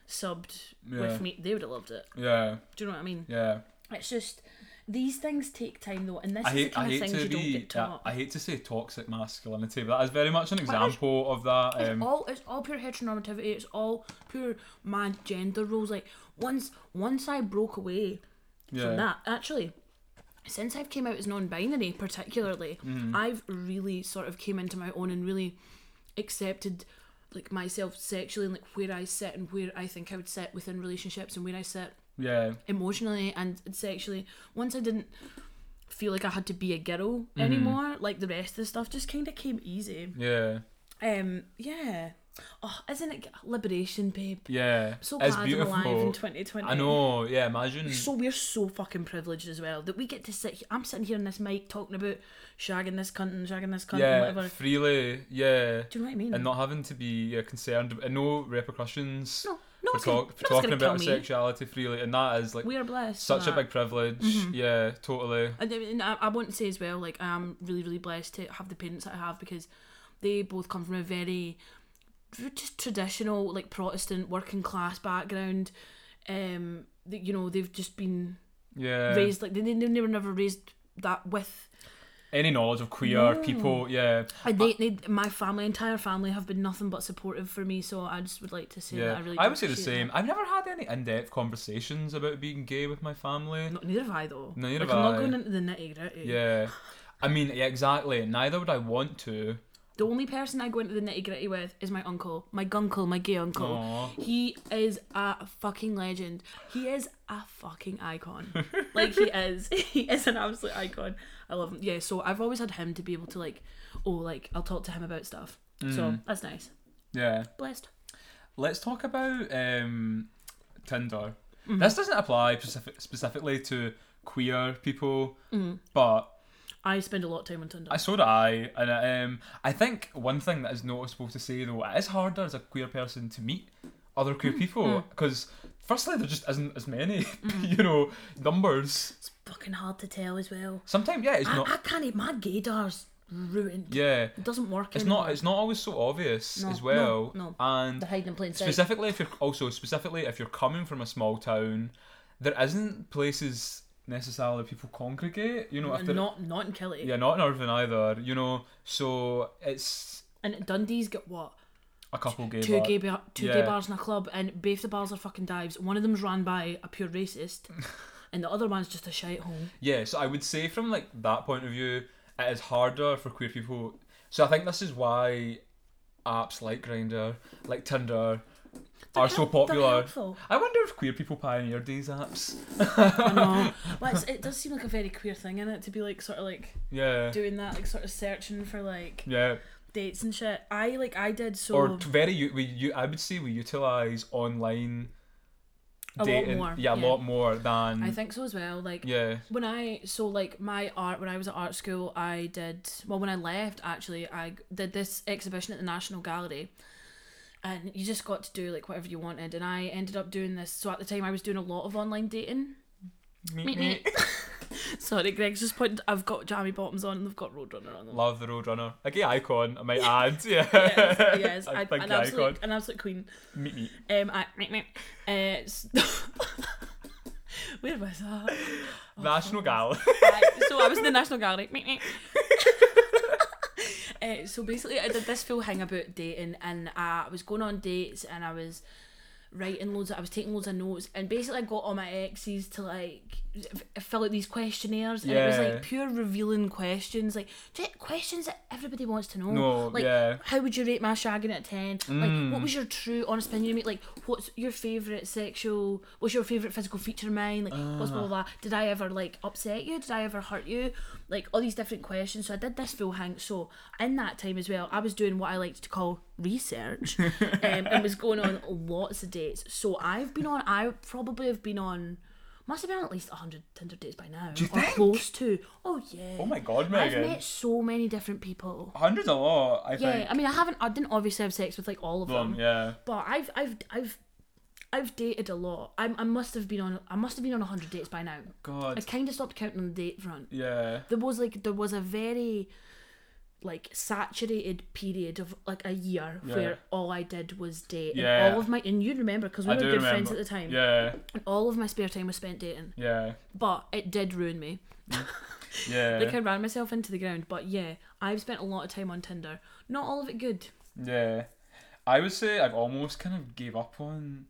subbed Yeah. with me, they would have loved it. yeah, Do you know what I mean? yeah, It's just These things take time though, and this I is the hate, I kind of hate things to you don't be. get taught. I hate to say toxic masculinity, but that is very much an there's- example of that. it's Um, all it's all pure heteronormativity. It's all pure man gender roles. Like once once I broke away yeah. from that, actually, since I've came out as non-binary, particularly, Mm-hmm. I've really sort of came into my own and really accepted like myself sexually and like where I sit and where I think I would sit within relationships and where I sit Yeah. emotionally and sexually. Once I didn't feel like I had to be a girl Mm-hmm. anymore, like the rest of the stuff just kind of came easy. Yeah. Um, yeah. Oh, isn't it liberation, babe? Yeah. So it's glad beautiful. I'm alive in 2020. I know. Yeah. Imagine. So we're so fucking privileged as well that we get to sit. Here, I'm sitting here on this mic talking about shagging this cunt and shagging this cunt yeah. and whatever. Mm. Freely. Yeah. Do you know what I mean? And not having to be uh, concerned and no repercussions no, no for, one's gonna, talk, for no one's talking gonna about our kill me. sexuality freely, and that is like We are Mm-hmm. blessed. for such a that. big privilege. Yeah. Totally. And, I mean, I, I want to say as well, like I'm really, really blessed to have the parents that I have because they both come from a very just traditional, like Protestant working class background. Um, that you know they've just been Yeah. raised like they, they, they were never raised that with. Any knowledge of queer No. people. Yeah. And they, they, my family, entire family, have been nothing but supportive for me. So I just would like to say Yeah, that I really. I do would say the appreciate same. that. I've never had any in-depth conversations about being gay with my family. Not neither have I though. Neither like, have I'm not I. going into the nitty gritty. Yeah, I mean, yeah, exactly. Neither would I want to. The only person I go into the nitty gritty with is my uncle, my gunkle, my gay uncle. Aw. He is a fucking legend. He is a fucking icon. like he is. He is an absolute icon. I love him. Yeah, so I've always had him to be able to like oh like I'll talk to him about stuff. Mm. So that's nice. Yeah, Blessed. let's talk about um, Tinder. Mm-hmm. This doesn't apply specific- specifically to queer people, Mm-hmm. but I spend a lot of time on Tinder. I Uh, so do I, and I, um, I think one thing that is noticeable to say though, it is harder as a queer person to meet other queer Mm, people because. Firstly, there just isn't as many, Mm. you know, numbers. it's fucking hard to tell as well. Sometimes, yeah, it's I, not. I can't e- my gaydar's ruined. Yeah, It doesn't work It's anymore. not. It's not always so obvious No, as well. no, no. And They're hiding in plain sight. specifically, if you're also specifically if you're coming from a small town, there isn't places necessarily people congregate. You know, if they're not not in Killy. yeah, not in Irvine either. You know, so it's And Dundee's got what? a couple gay. two bar- gay bar, two Yeah. gay bars in a club, and both the bars are fucking dives. One of them's run by a pure racist, and the other one's just a shithole. Yeah, so I would say from like that point of view, it is harder for queer people. So I think this is why apps like Grinder, like Tinder, are so help- they're popular. helpful. I wonder if queer people pioneered these apps. I know. Well, it's, it does seem like a very queer thing, in it, to be like sort of like Yeah. doing that, like sort of searching for like Yeah. dates and shit. I like I did so or t- very u- we u- I would say we utilize online a lot dating more. yeah a lot more than I think so as well. Like yeah when I so like my art when I was at art school I did well when I left actually I did this exhibition at the National Gallery and you just got to do like whatever you wanted and I ended up doing this so at the time I was doing a lot of online dating Meet me. sorry Greg's just put I've got jammy bottoms on and they've got Roadrunner on them love the Roadrunner a gay icon I might add yeah yes, yes I I, think an, the absolute, icon. an absolute queen meet me um I, meh, meh. Uh, s- where was I Oh, National Gallery Right, so I was in the National Gallery. Meet me. uh, so basically, I did this full thing about dating, and I was going on dates, and I was writing loads. Of, I was taking loads of notes, and basically, I got all my exes to like f- fill out these questionnaires, and it was Yeah. like pure revealing questions, like j- questions that everybody wants to know. No, like Oh, yeah. Mm. how would you rate my shagging at ten? Like what was your true honest opinion? Mate? Like what's your favourite sexual? What's your favourite physical feature of mine? Like what's blah, blah Ah. blah? Did I ever like upset you? Did I ever hurt you? Like all these different questions. So I did this full hang. So in that time as well, I was doing what I liked to call research, um, and was going on lots of dates. So I've been on. I probably have been on. Must have been on at least 100 Tinder dates by now. Do you or think? close to. Oh, yeah. oh my god I've Megan met so many different people. hundreds a lot I Yeah, think I mean, I haven't. I didn't obviously have sex with like all of them, Um, yeah but I've, I've, I've, I've dated a lot. I'm, I must have been on. I must have been on hundred dates by now. I god kind of stopped counting on the date front. yeah There was like, there was a very like saturated period of like a year Yeah. where all I did was date Yeah. and all of my and you remember because we I were do good friends at remember. the time Yeah, and all of my spare time was spent dating yeah, but it did ruin me yeah, like I ran myself into the ground but yeah I've spent a lot of time on Tinder not all of it good yeah. I would say I've almost kind of gave up on.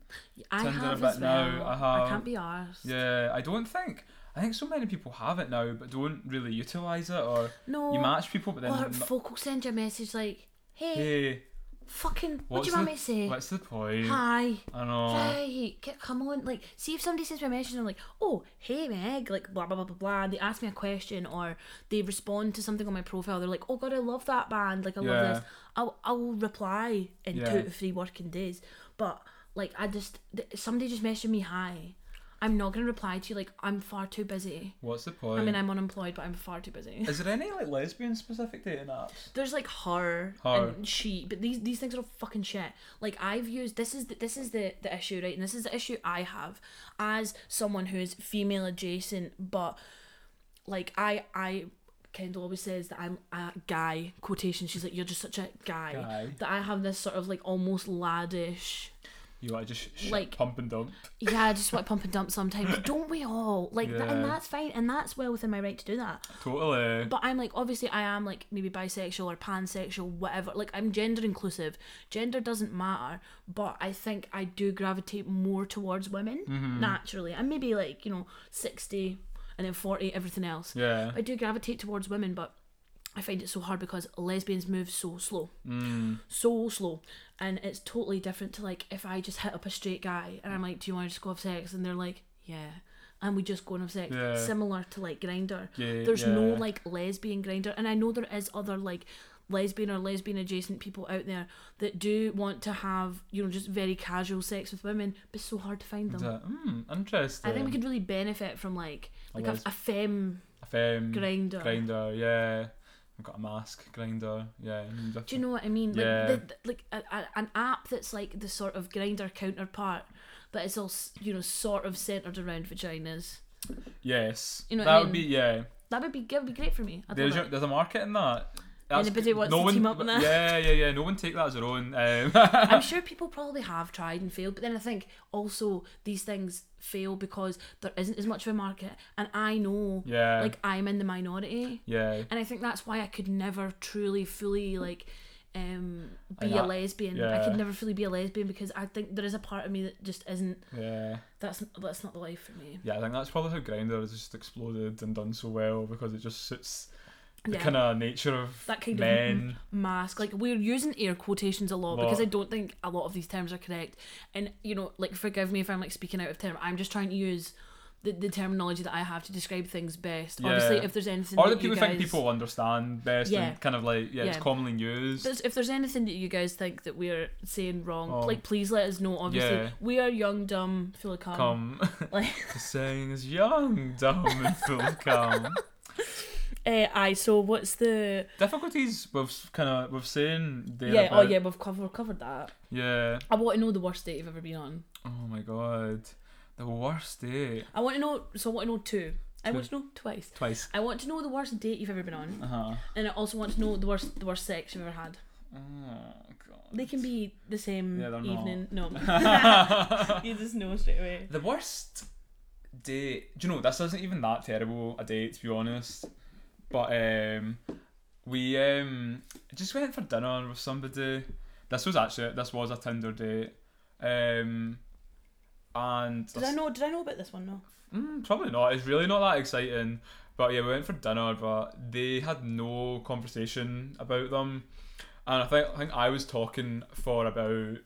I Tinder have a as bit well now, I I, have. can't be arsed Yeah, I don't think. I think so many people have it now, but don't really utilize it, or no you match people, but then or m- folk will send you a message like hey, hey, fucking what what's do you want the- me to say what's the Uh-huh. point? hi I know. Right, c- come on. Like, see if somebody sends me a message and I'm like, oh, hey, Meg, like, blah, blah, blah, blah, blah. and They ask me a question or they respond to something on my profile. They're like, oh, God, I love that band. Like, I Yeah. love this. I'll, I'll reply in Yeah. two to three working days. But, like, I just, th- somebody just messaged me, hi. I'm not going to reply to you. Like, I'm far too busy. What's the point? I mean, I'm unemployed, but I'm far too busy. Is there any like lesbian specific dating apps? There's like her, Her. and she, but these these things are all fucking shit. Like I've used this is the, this is the the issue right, and this is the issue I have as someone who is female adjacent, but like I I Kendall always says that I'm a guy quotation. She's like you're just such a guy, Guy. that I have this sort of like almost laddish. You like just sh- Like- pump and dump. Yeah, I just want to pump and dump sometimes. Don't we all? Like, that, and Yeah. that's fine, and that's well within my right to do that. Totally. But I'm like, obviously, I am like maybe bisexual or pansexual, whatever. Like, I'm gender inclusive. Gender doesn't matter, but I think I do gravitate more towards women Mm-hmm. naturally. I'm maybe like, you know, 60 and then 40, everything else. yeah. I do gravitate towards women, but I find it so hard because lesbians move so slow. Mm. So slow. And it's totally different to like if I just hit up a straight guy and I'm like, do you want to just go have sex? And they're like, yeah. And we just go and have sex. Yeah. Similar to like Grinder. Yeah, There's no yeah. like lesbian Grinder. And I know there is other like lesbian or lesbian adjacent people out there that do want to have, you know, just very casual sex with women, but it's so hard to find them. Uh, Hmm. interesting. I think we could really benefit from like like a, lesb- a femme FM Grindr. Mm, Grinder. Yeah. I've got a mask. Grinder. Yeah. mm, Do you know what I mean? Like, Yeah. the, the- like a, a, an app that's like the sort of grinder counterpart, but it's all s- you know sort of centered around vaginas. Yes. You know what that I would be mean? yeah. That would be that would be great for me. I'd There's love your, it. there's a market in that. Anybody wants to one, team up in that? Yeah, yeah, yeah. No one take that as their own. Um, I'm sure people probably have tried and failed, but then I think also these things fail because there isn't as much of a market, and I know yeah. like I'm in the minority, yeah. and I think that's why I could never truly fully like. Um, be And that- a lesbian. I yeah. could never fully be a lesbian because I think there is a part of me that just isn't. Yeah. That's that's not the life for me. Yeah, I think that's probably how Grinder has just exploded and done so well because it just suits the Yeah. kind of nature of That kind of men. mask. Like we're using air quotations a lot Lot. because I don't think a lot of these terms are correct. And you know, like forgive me if I'm like speaking out of term. I'm just trying to use the, the terminology that I have to describe things best. Obviously, Yeah. if there's anything or that, that people you guys, think people understand best Yeah. and kind of like yeah, it's Yeah. commonly used. There's- if there's anything that you guys think that we're saying wrong, Oh. like please let us know. Obviously, Yeah. we are young, dumb, full of cum. Come, Like, the saying is young, dumb, and full of cum. uh, aye. So what's the? Difficulties with kind of with saying there yeah. Oh about- yeah. We've covered we've covered that. yeah. I want to know the worst date you've ever been on. Oh my god, the worst eh? date I want to know. So I want to know two. I Two. want to know twice. twice. I want to know the worst date you've ever been on, Uh huh. and I also want to know the worst the worst sex you've ever had. Oh god. They can be the same Yeah, they're not. evening. No, you just know straight away. The worst date. Do you know this isn't even that terrible a date to be honest, but um, we um just went for dinner with somebody. This was actually this was a Tinder date, um, and Did I know? Did I know about this one? No. Mm, probably not. It's really not that exciting. But yeah, we went for dinner, but they had no conversation about them, and I think I think I was talking for about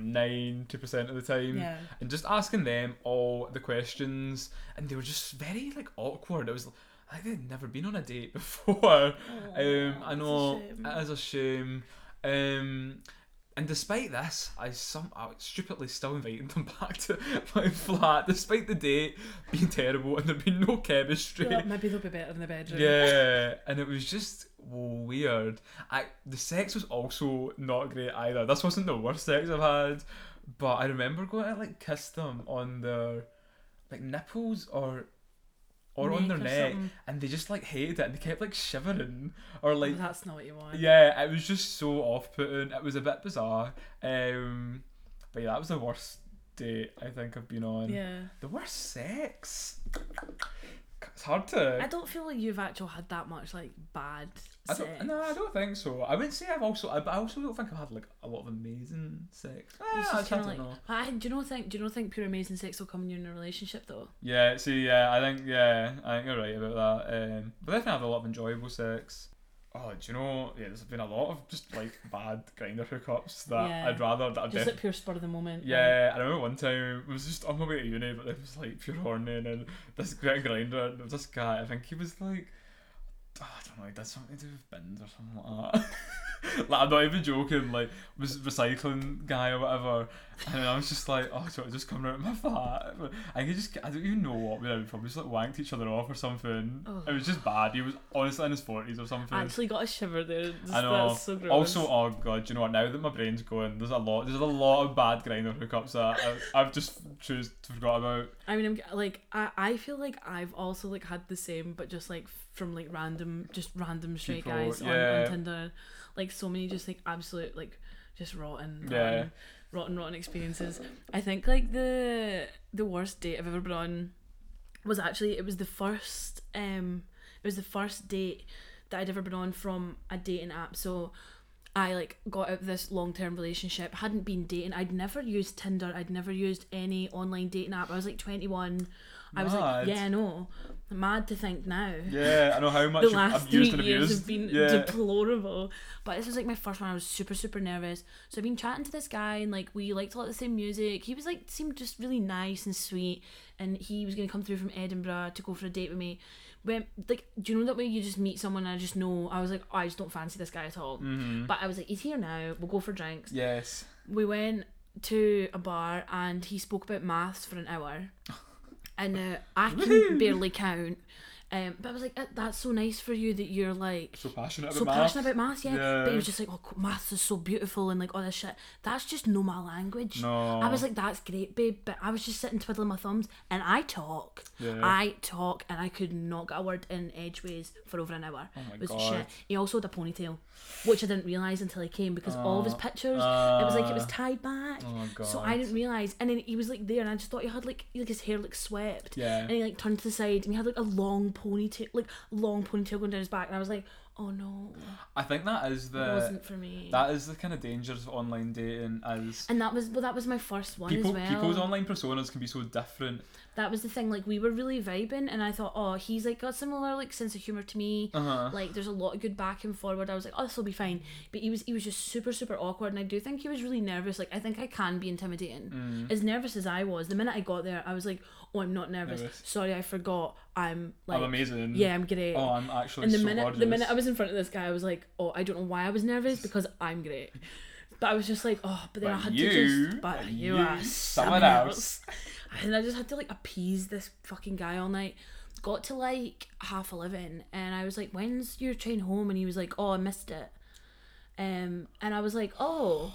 ninety percent of the time Yeah. and just asking them all the questions, and they were just very like awkward. It was like they'd never been on a date before. um, I that's a know shame. it is a shame. Um, and despite this, I somehow stupidly still invited them back to my flat, despite the date being terrible and there being no chemistry. Well, maybe they'll be better in the bedroom. Yeah, and it was just weird. I the sex was also not great either. This wasn't the worst sex I've had, but I remember going to like kiss them on their like nipples or or on their Neck or neck, something. and they just like hated it, and they kept like shivering or like that's not what you want. yeah, it was just so off-putting. It was a bit bizarre. Um, but yeah, that was the worst date I think I've been on. Yeah. The worst sex. It's hard to. I don't feel like you've actually had that much like bad I sex. don't, no, I don't think so. I wouldn't say I've also, I, but I also don't think I've had like a lot of amazing sex. Eh, It's just I, just- I kind don't of like, know. I, do you not think? Do you not think pure amazing sex will come when you're in a relationship though? Yeah, see, yeah, I think, yeah, I think you're right about that. Um, but definitely had a lot of enjoyable sex. Oh, do you know? Yeah, there's been a lot of just like bad grinder hookups that Yeah. I'd rather that I Just definitely at pure spur of the moment. Yeah, I remember one time it was just on my way to uni, but it was like pure horny, and then this great grinder, and there was this guy. I think he was like, oh, I don't know, he did something to do with bins or something like that. like I'm not even joking. Like was recycling guy or whatever, and then I was just like, oh, do I just come out of my flat? I could just, I don't even know what we did. We probably just like wanked each other off or something. It was just bad. He was honestly in his forties or something. I actually got a shiver there. Just, I know. That's so gross. Also, oh god, you know what? Now that my brain's going, there's a lot. There's a lot of bad grinder hookups that I, I've just choose to forgot about. I mean, I'm like, I, I feel like I've also like had the same, but just like from like random, just random straight People, guys on, yeah. on Tinder, like so many just like absolute like just rotten, Yeah. rotten, rotten, rotten experiences. I think like the the worst date I've ever been on was actually it was the first um it was the first date that I'd ever been on from a dating app. So I like got out of this long term relationship, hadn't been dating, I'd never used Tinder, I'd never used any online dating app. I was like twenty one. I was Mad. like, Yeah, I know. Mad to think now. Yeah, I know how much The I've- last I've three used and years abused. have been yeah. deplorable. But this was like my first one. I was super, super nervous. So I've been chatting to this guy and like we liked a lot of the same music. He was like seemed just really nice and sweet and he was gonna come through from Edinburgh to go for a date with me. When like do you know that way you just meet someone and I just know I was like, I just don't fancy this guy at all. Mhm. But I was like, he's here now, we'll go for drinks. Yes. We went to a bar and he spoke about maths for an hour. And uh, I can barely count. Um, but I was like, "Uh, that's so nice for you that you're like So passionate about so math. passionate about maths, yeah. But Yeah. he was just like, oh, co- maths is so beautiful and like all this shit. That's just no my language. No. I was like, that's great, babe. But I was just sitting twiddling my thumbs and I talk. Yeah. I talk and I could not get a word in edgeways for over an hour. Oh my it was God. shit. He also had a ponytail, which I didn't realise until he came because all of his Oh. pictures, it was like it was Ah. tied back. Oh god. So I didn't realise, and then he was like there, and I just thought he had like he- like his hair like swept, Yeah. and he like turned to the side, and he had like a long ponytail, like long ponytail going down his back, and I was like, oh no, I think that is it the wasn't for me. Uh, that is the kind of dangers of online dating as and that was well, that was my first one people as well. people's online personas can be so different. that was the thing. Like we were really vibing, and I thought, oh, he's like got similar like sense of humor to me. Uh huh. Like there's a lot of good back and forward. I was like, oh, this will be fine. But he was he was just super super awkward, and I do think he was really nervous. Like I think I can be intimidating. Mm. As nervous as I was, the minute I got there, I was like, oh, I'm not nervous. Nervous. Sorry, I forgot. I'm like, I'm amazing. yeah, I'm great. Oh, I'm actually and the so minute gorgeous. the minute I was in front of this guy, I was like, oh, I don't know why I was nervous because I'm great. But I was just like, oh, but then I but had you, to just, but you you, are someone someone else. else. And I just had to like appease this fucking guy all night. Got to like half eleven, and I was like, "When's your train home?" And he was like, "Oh, I missed it." Um, and I was like, "Oh,"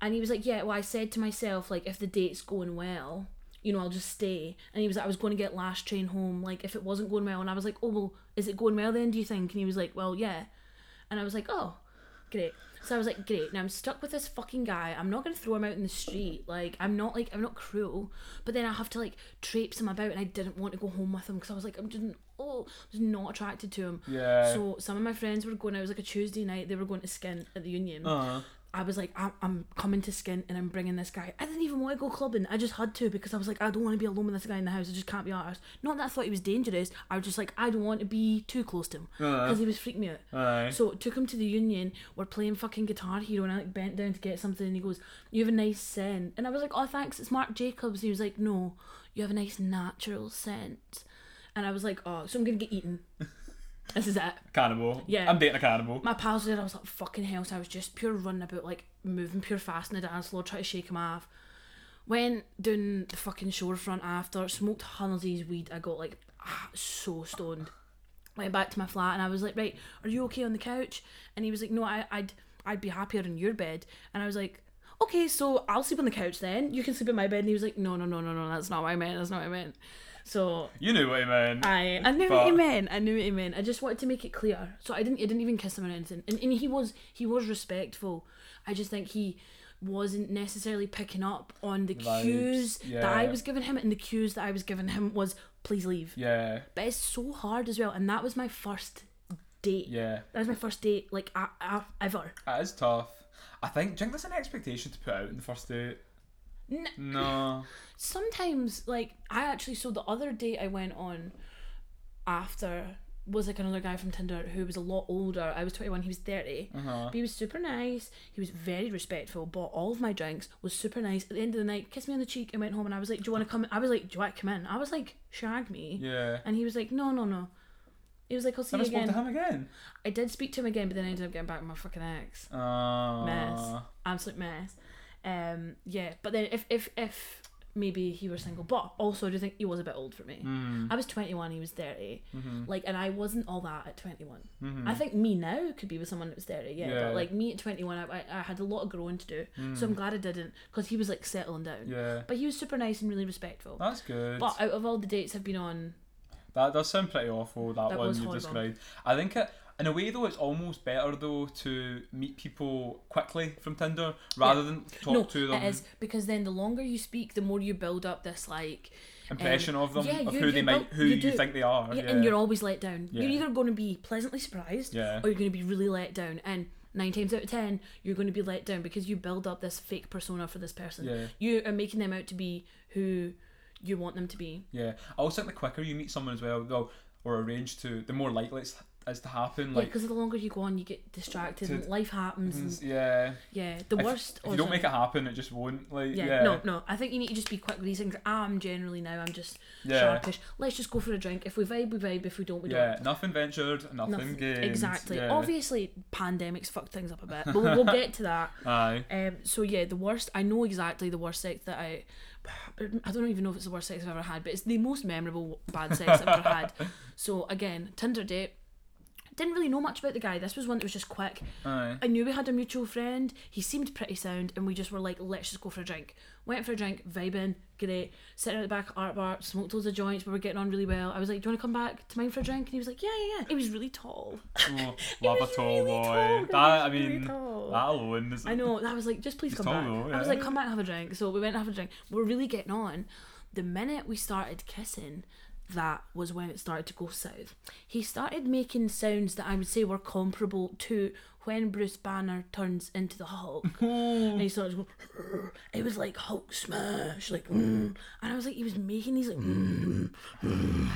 and he was like, "Yeah." Well, I said to myself, like, if the date's going well, you know, I'll just stay. And he was, like, "I was going to get last train home. Like, if it wasn't going well," and I was like, "Oh, well, is it going well then? Do you think?" And he was like, "Well, yeah." And I was like, "Oh." great. So I was like, great. Now I'm stuck with this fucking guy. I'm not gonna throw him out in the street. Like I'm not like I'm not cruel. But then I have to like traipse him about, and I didn't want to go home with him because I was like I'm just oh, I was not attracted to him. Yeah. So some of my friends were going. It was like a Tuesday night. They were going to Skin at the Union. Uh-huh. I was like, I'm, I'm coming to Skin and I'm bringing this guy. I didn't even want to go clubbing. I just had to because I was like, I don't want to be alone with this guy in the house. I just can't be arsed. Not that I thought he was dangerous. I was just like, I don't want to be too close to him because he was freaking me out. Uh-huh. Aye. So took him to the union. We're playing fucking Guitar Hero, and I like bent down to get something, and he goes, "You have a nice scent," and I was like, "Oh, thanks, it's Marc Jacobs." And he was like, "No, you have a nice natural scent," and I was like, "Oh, so I'm gonna get eaten." this is it. Cannibal. Yeah. I'm dating a cannibal. My pals were there. I was like, "Fucking hell!" So I was just pure running about, like moving pure fast in the dance floor, trying to shake him off. Went down the fucking shorefront after, smoked hundreds of these weed. I got like ah, so stoned. Went back to my flat and I was like, right, are you okay on the couch? And he was like, no, I, I'd I'd be happier in your bed. And I was like, okay, so I'll sleep on the couch then. You can sleep in my bed. And he was like, no, no, no, no, no, that's not what I meant. That's not what I meant. So You knew what he meant. I I knew what he But- meant. I knew what he meant. I just wanted to make it clear. So I didn't I didn't even kiss him or anything. And, and he was he was respectful. I just think he wasn't necessarily picking up on the Vibes, cues that I yeah. was giving him and the cues that I was giving him was please leave. Yeah, But it's so hard as well and that was my first date. yeah. That was my first date like a a ever. That is tough. I think, do you think that's an expectation to put out in the first date? N- No. sometimes like I actually so the other date I went on after was like another guy from Tinder who was a lot older. I was 21, he was 30. Uh-huh. But he was super nice. He was very respectful, bought all of my drinks, was super nice. At the end of the night, kissed me on the cheek and went home and I was like, "Do you want to come?" in?" I was like, "Do you want to come in?" I was like, "Shag me." Yeah. And he was like, "No, no, no." He was like, "I'll see Never you spoke to again." him again. I did speak to him again, but then I ended up getting back with my fucking ex Uh, mess, absolute mess. Um, yeah, but then if if if maybe he were single, but also I do think he was a bit old for me. Mm. I was twenty one, he was 30 Mm-hmm. like, and I wasn't all that at twenty I think me now could be with someone that was thirty, yeah, Mm. Yeah. Mm. but like me at twenty one, I, I I had a lot of growing to do, so I'm glad I didn't because he was like settling down. Yeah. But he was super nice and really respectful. That's good. But out of all the dates I've been on, That does sound pretty awful. That, That one was you horrible. described. I think it, in a way though, it's almost better though to meet people quickly from Tinder rather than talk no, to them. it is because then the longer you speak, the more you build up this like Impression of them Um, yeah, of you- who they you might, built- who you you, do. think they are. Yeah, Oh, Yeah, and you're always let down. You're Yeah. either going to be pleasantly surprised, Yeah. or you're going to be really let down. And nine times out of ten, you're going to be let down because you build up this fake persona for this person. Yeah. You are making them out to be who you want them to be. Yeah. I also think the quicker you meet someone as well, though, or arrange to, the more likely it's is to happen. Yeah, Like, Mm, because the longer you go on, you get distracted. and life happens. And, yeah. yeah, the If- worst. If, you don't make it happen, it just won't. Like, yeah, yeah. no, no. I think you need to just be quick with these things. I'm generally now. I'm just Yeah. sharpish. Let's just go for a drink. If we vibe, we vibe. If we don't, we don't. Yeah, nothing ventured, nothing, Nothing. gained. Exactly. Yeah. Obviously, pandemics fuck things up a bit, but we'll, we'll get to that. Aye. Um, so yeah, the worst. I know exactly the worst sex that I. I don't even know if it's the worst sex I've ever had, but it's the most memorable bad sex I've ever had. So again, Tinder date. Didn't really know much about the guy. This was one that was just quick. Aye. I knew we had a mutual friend. He seemed pretty sound, and we just were like, let's just go for a drink. Went for a drink, vibing, great. Sitting at the back of Art Bar, smoked loads of joints. We were getting on really well. I was like, do you want to come back to mine for a drink? And he was like, yeah, yeah, yeah. He was really tall. Oh, love was a tall really boy. tall, guys, that I really mean, tall. that alone is. I know. That was like, just please He's come tall back. though, I was yeah. like, come back and have a drink. So we went and have a drink. We're really getting on. The minute we started kissing, that was when it started to go south. He started making sounds that I would say were comparable to when Bruce Banner turns into the Hulk. and he started going, "Rrr." it was like Hulk smash, like, mm. and I was like, he was making these like, mm, mm,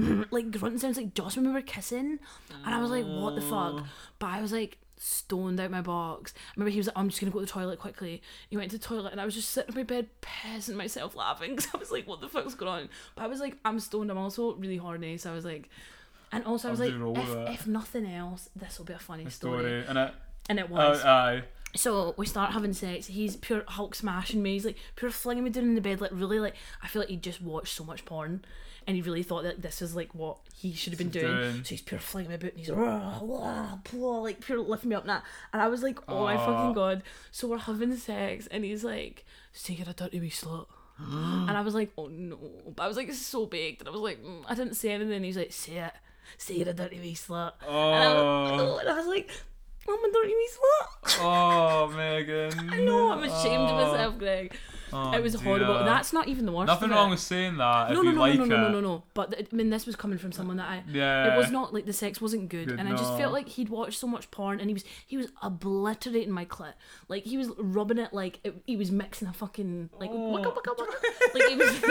mm, like grunt sounds like just when we were kissing. And I was like, what the fuck? But I was like, stoned out my box. I remember he was like, I'm just gonna go to the toilet quickly. He went to the toilet and I was just sitting in my bed pissing myself laughing because I was like, what the fuck's going on? But I was like, I'm stoned, I'm also really horny. So I was like, and also I was I'm like, doing all that. if, if nothing else, this will be a funny story. story, and it. And it was. Uh, aye. So we start having sex. He's pure Hulk smashing me. He's like pure flinging me down in the bed. Like really, like I feel like he just watched so much porn, and he really thought that this is like what he should have been doing. doing. So he's pure flinging me about, and he's "Rah, wah, blah," like pure lifting me up. Now, and I was like, oh my fucking god. So we're having sex, and he's like, "Say you're a dirty wee slut." and I was like, oh no. But I was like so baked, and I was like, mm, I didn't say anything. He's like, say it, say you're a dirty wee slut. And, I was, Oh, and I was like, I'm a dirty wee slut. oh, Megan. I know, I'm ashamed of Oh, myself, Greg. oh, it was horrible. dear. That's not even the worst. nothing of it. wrong with saying that. no, if no, you no, like no, no, it. no, no, no. But th- I mean, this was coming from someone that I. Yeah. It was not like the sex wasn't good, Good, and I just no. felt like he'd watched so much porn, and he was he was obliterating my clit, like he was rubbing it like it, he was mixing a fucking like waka, waka, waka. like he was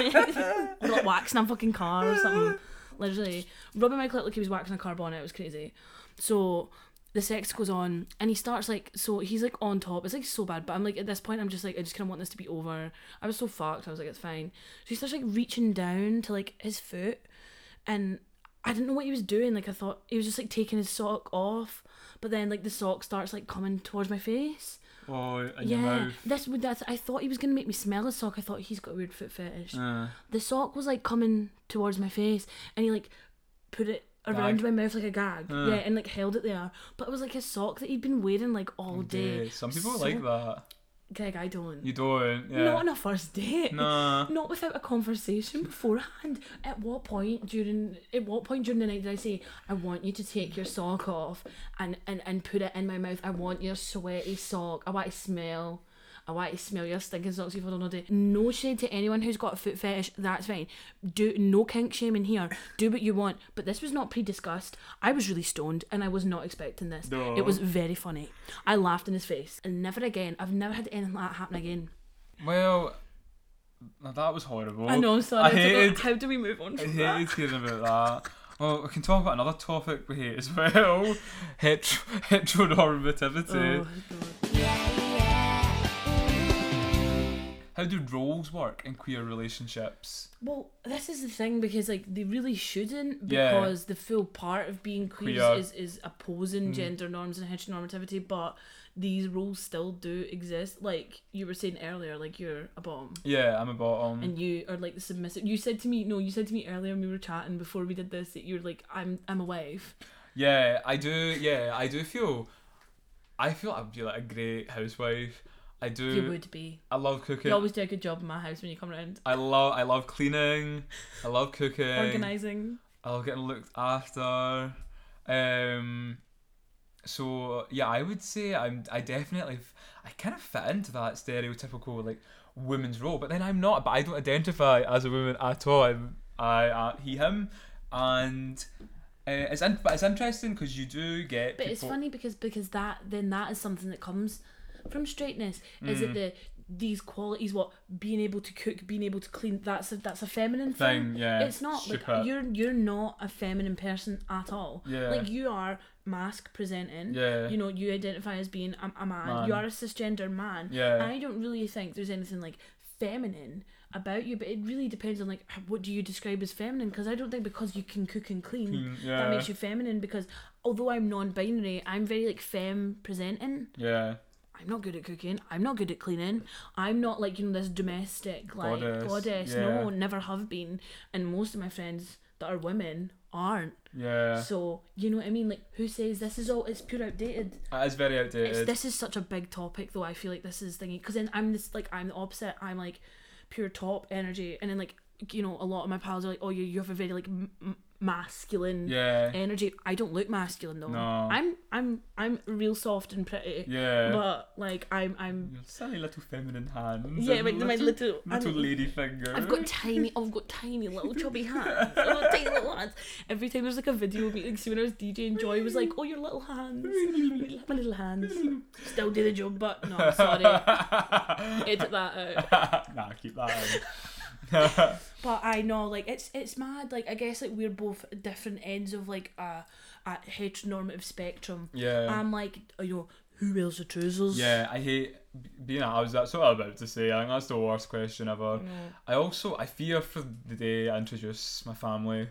like waxing a fucking car or something, literally rubbing my clit like he was waxing a car bonnet. It was crazy. So the sex goes on, and he starts like so he's like on top. It's like so bad, but I'm like at this point I'm just like I just kind of want this to be over. I was so fucked. I was like it's fine. So he starts like reaching down to like his foot, and I didn't know what he was doing. Like I thought he was just like taking his sock off, but then like the sock starts like coming towards my face. Oh, in your yeah, mouth. that's what that's. I thought he was gonna make me smell his sock. I thought he's got a weird foot fetish. Uh, The sock was like coming towards my face, and he like put it around Gag. my mouth like a gag. Uh. Yeah, and like held it there. But it was like his sock that he'd been wearing like all day. yeah, Some people So like that. Greg, I don't. You don't. Yeah. Not on a first date. Nah. Not without a conversation beforehand. At what point during at what point during the night did I say, I want you to take your sock off and, and, and put it in my mouth. I want your sweaty sock. I want to smell. I want to smell your stinking socks you've had all day. No shade to anyone who's got a foot fetish, that's fine. Do no kink shaming here. Do what you want. But this was not pre discussed. I was really stoned and I was not expecting this. No. It was very funny. I laughed in his face. And never again. I've never had anything like that happen again. Well, now that was horrible. I know, sorry. I hated, how do we move on I from that? hated hearing about that. Well, we can talk about another topic we hate as well hetero- heteronormativity. Oh, How do roles work in queer relationships? Well, this is the thing because like they really shouldn't Yeah. because the full part of being queer, Queer. Mm. Is, is opposing gender norms and heteronormativity, but these roles still do exist. Like you were saying earlier, like you're a bomb. Yeah, I'm a bottom. And you are like the submissive. You said to me, no, you said to me earlier when we were chatting before we did this that you're like, I'm, I'm a wife. Yeah, I do. Yeah, I do feel. I feel I'd be like a great housewife. I do. You would be. I love cooking. You always do a good job in my house when you come around, I love. I love cleaning. I love cooking. organizing. I love getting looked after. Um. So yeah, I would say I'm. I definitely. f- I kind of fit into that stereotypical like woman's role, but then I'm not. But I don't identify as a woman at all. I'm. I. Uh, he. Him. And. Uh, it's in, but it's interesting because you do get. But it's people- funny because because that then that is something that comes from straightness. Is it the these qualities? What being able to cook, being able to clean. That's a that's a feminine thing. Thing, yeah, It's not stupid. like you're you're not a feminine person at all. Yeah. Like you are mask presenting. Yeah. You know you identify as being a, a man. You Man. are a cisgender man. Yeah. I don't really think there's anything like feminine about you but it really depends on like h- what do you describe as feminine because i don't think because you can cook and clean Mm, that yeah. makes you feminine because although I'm non-binary, I'm very like femme presenting. Yeah. I'm not good at cooking. I'm not good at cleaning. I'm not like you know this domestic like Goddess, goddess. yeah. No, never have been. And most of my friends that are women aren't. Yeah. So you know what I mean? Like who says this is all? It's pure outdated. That is very It's, outdated. this is such a big topic though. I feel like this is thingy because then I'm this like I'm the opposite. I'm like pure top energy, and then like you know a lot of my pals are like, oh you you have a very like m- m- masculine yeah. energy. I don't look masculine though. No. I'm I'm I'm real soft and pretty. Yeah. But like I'm I'm Your Silly little feminine hands. yeah, and like my little little I'm- lady finger. I've got tiny, I've got tiny little chubby hands. I've got tiny little hands. Every time there's like a video of me, like see when I was DJing, Joy was like, "Oh, your little hands, my little hands." Still do the job, but no, I'm sorry, edit that out. nah, keep that But I know, like it's it's mad. Like I guess like we're both at different ends of like a, a heteronormative spectrum. in. yeah. I'm like, you know, who wears the trousers? yeah, I hate b- being a house. That's what I'm about to say. I think that's the worst question ever. I also I fear for the day I introduce my family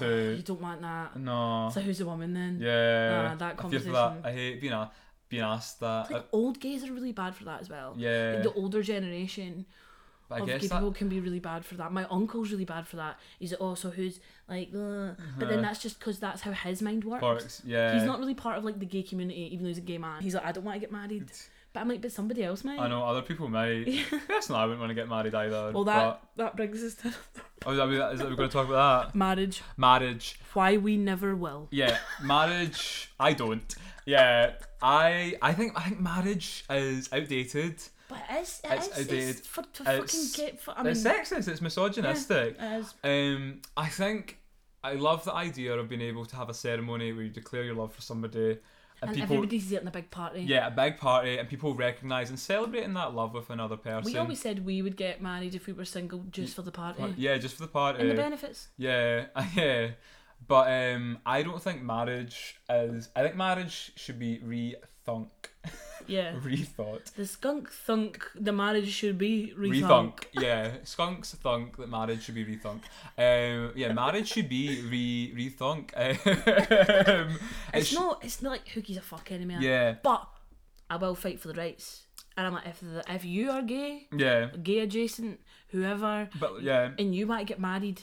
You to don't want that. no. So who's the woman then? yeah, Nah, that I fear for that. conversation. I hate being a, being asked that. It's like Uh, old gays are really bad for that as well. yeah, Like, the older generation but I of gay guess that people can be really bad for that. My uncle's really bad for that. He's like, oh, so who's like, ugh. but then that's just because that's how his mind works. works. Uh-huh. Yeah, He's not really part of like the gay community, even though he's a gay man. He's like, I don't want to get married. But I'm like, but somebody else might. I know other people might. Personally, I wouldn't want to get married either. Well, that that brings us to but- oh, is that, is that, we're going to talk about that. marriage. Marriage. Why we never will. Yeah, marriage. I don't. Yeah, I. I think. I think marriage is outdated. But it's It's it's, it's, outdated. for, for fucking It's- get. For, I mean, it's sexist. It's misogynistic. it is. Um, I think I love the idea of being able to have a ceremony where you declare your love for somebody, and, and people. everybody's getting a big party. Yeah, a big party, and people recognise and celebrating that love with another person. We always said we would get married if we were single just for the party. Yeah, just for the party. And the benefits. Yeah, yeah. But um, I don't think marriage is. I think marriage should be rethunk, Yeah. rethought, The skunk thunk the marriage should be rethunk. rethunk. Yeah, skunks thunk that marriage should be rethunk. Um, yeah, marriage should be re rethunk. Um, It's, sh- not it's not like hookies a fuck anymore. Yeah, But I will fight for the rights. And I'm like if the, if you are gay, yeah, gay adjacent, whoever but yeah, and you want to get married,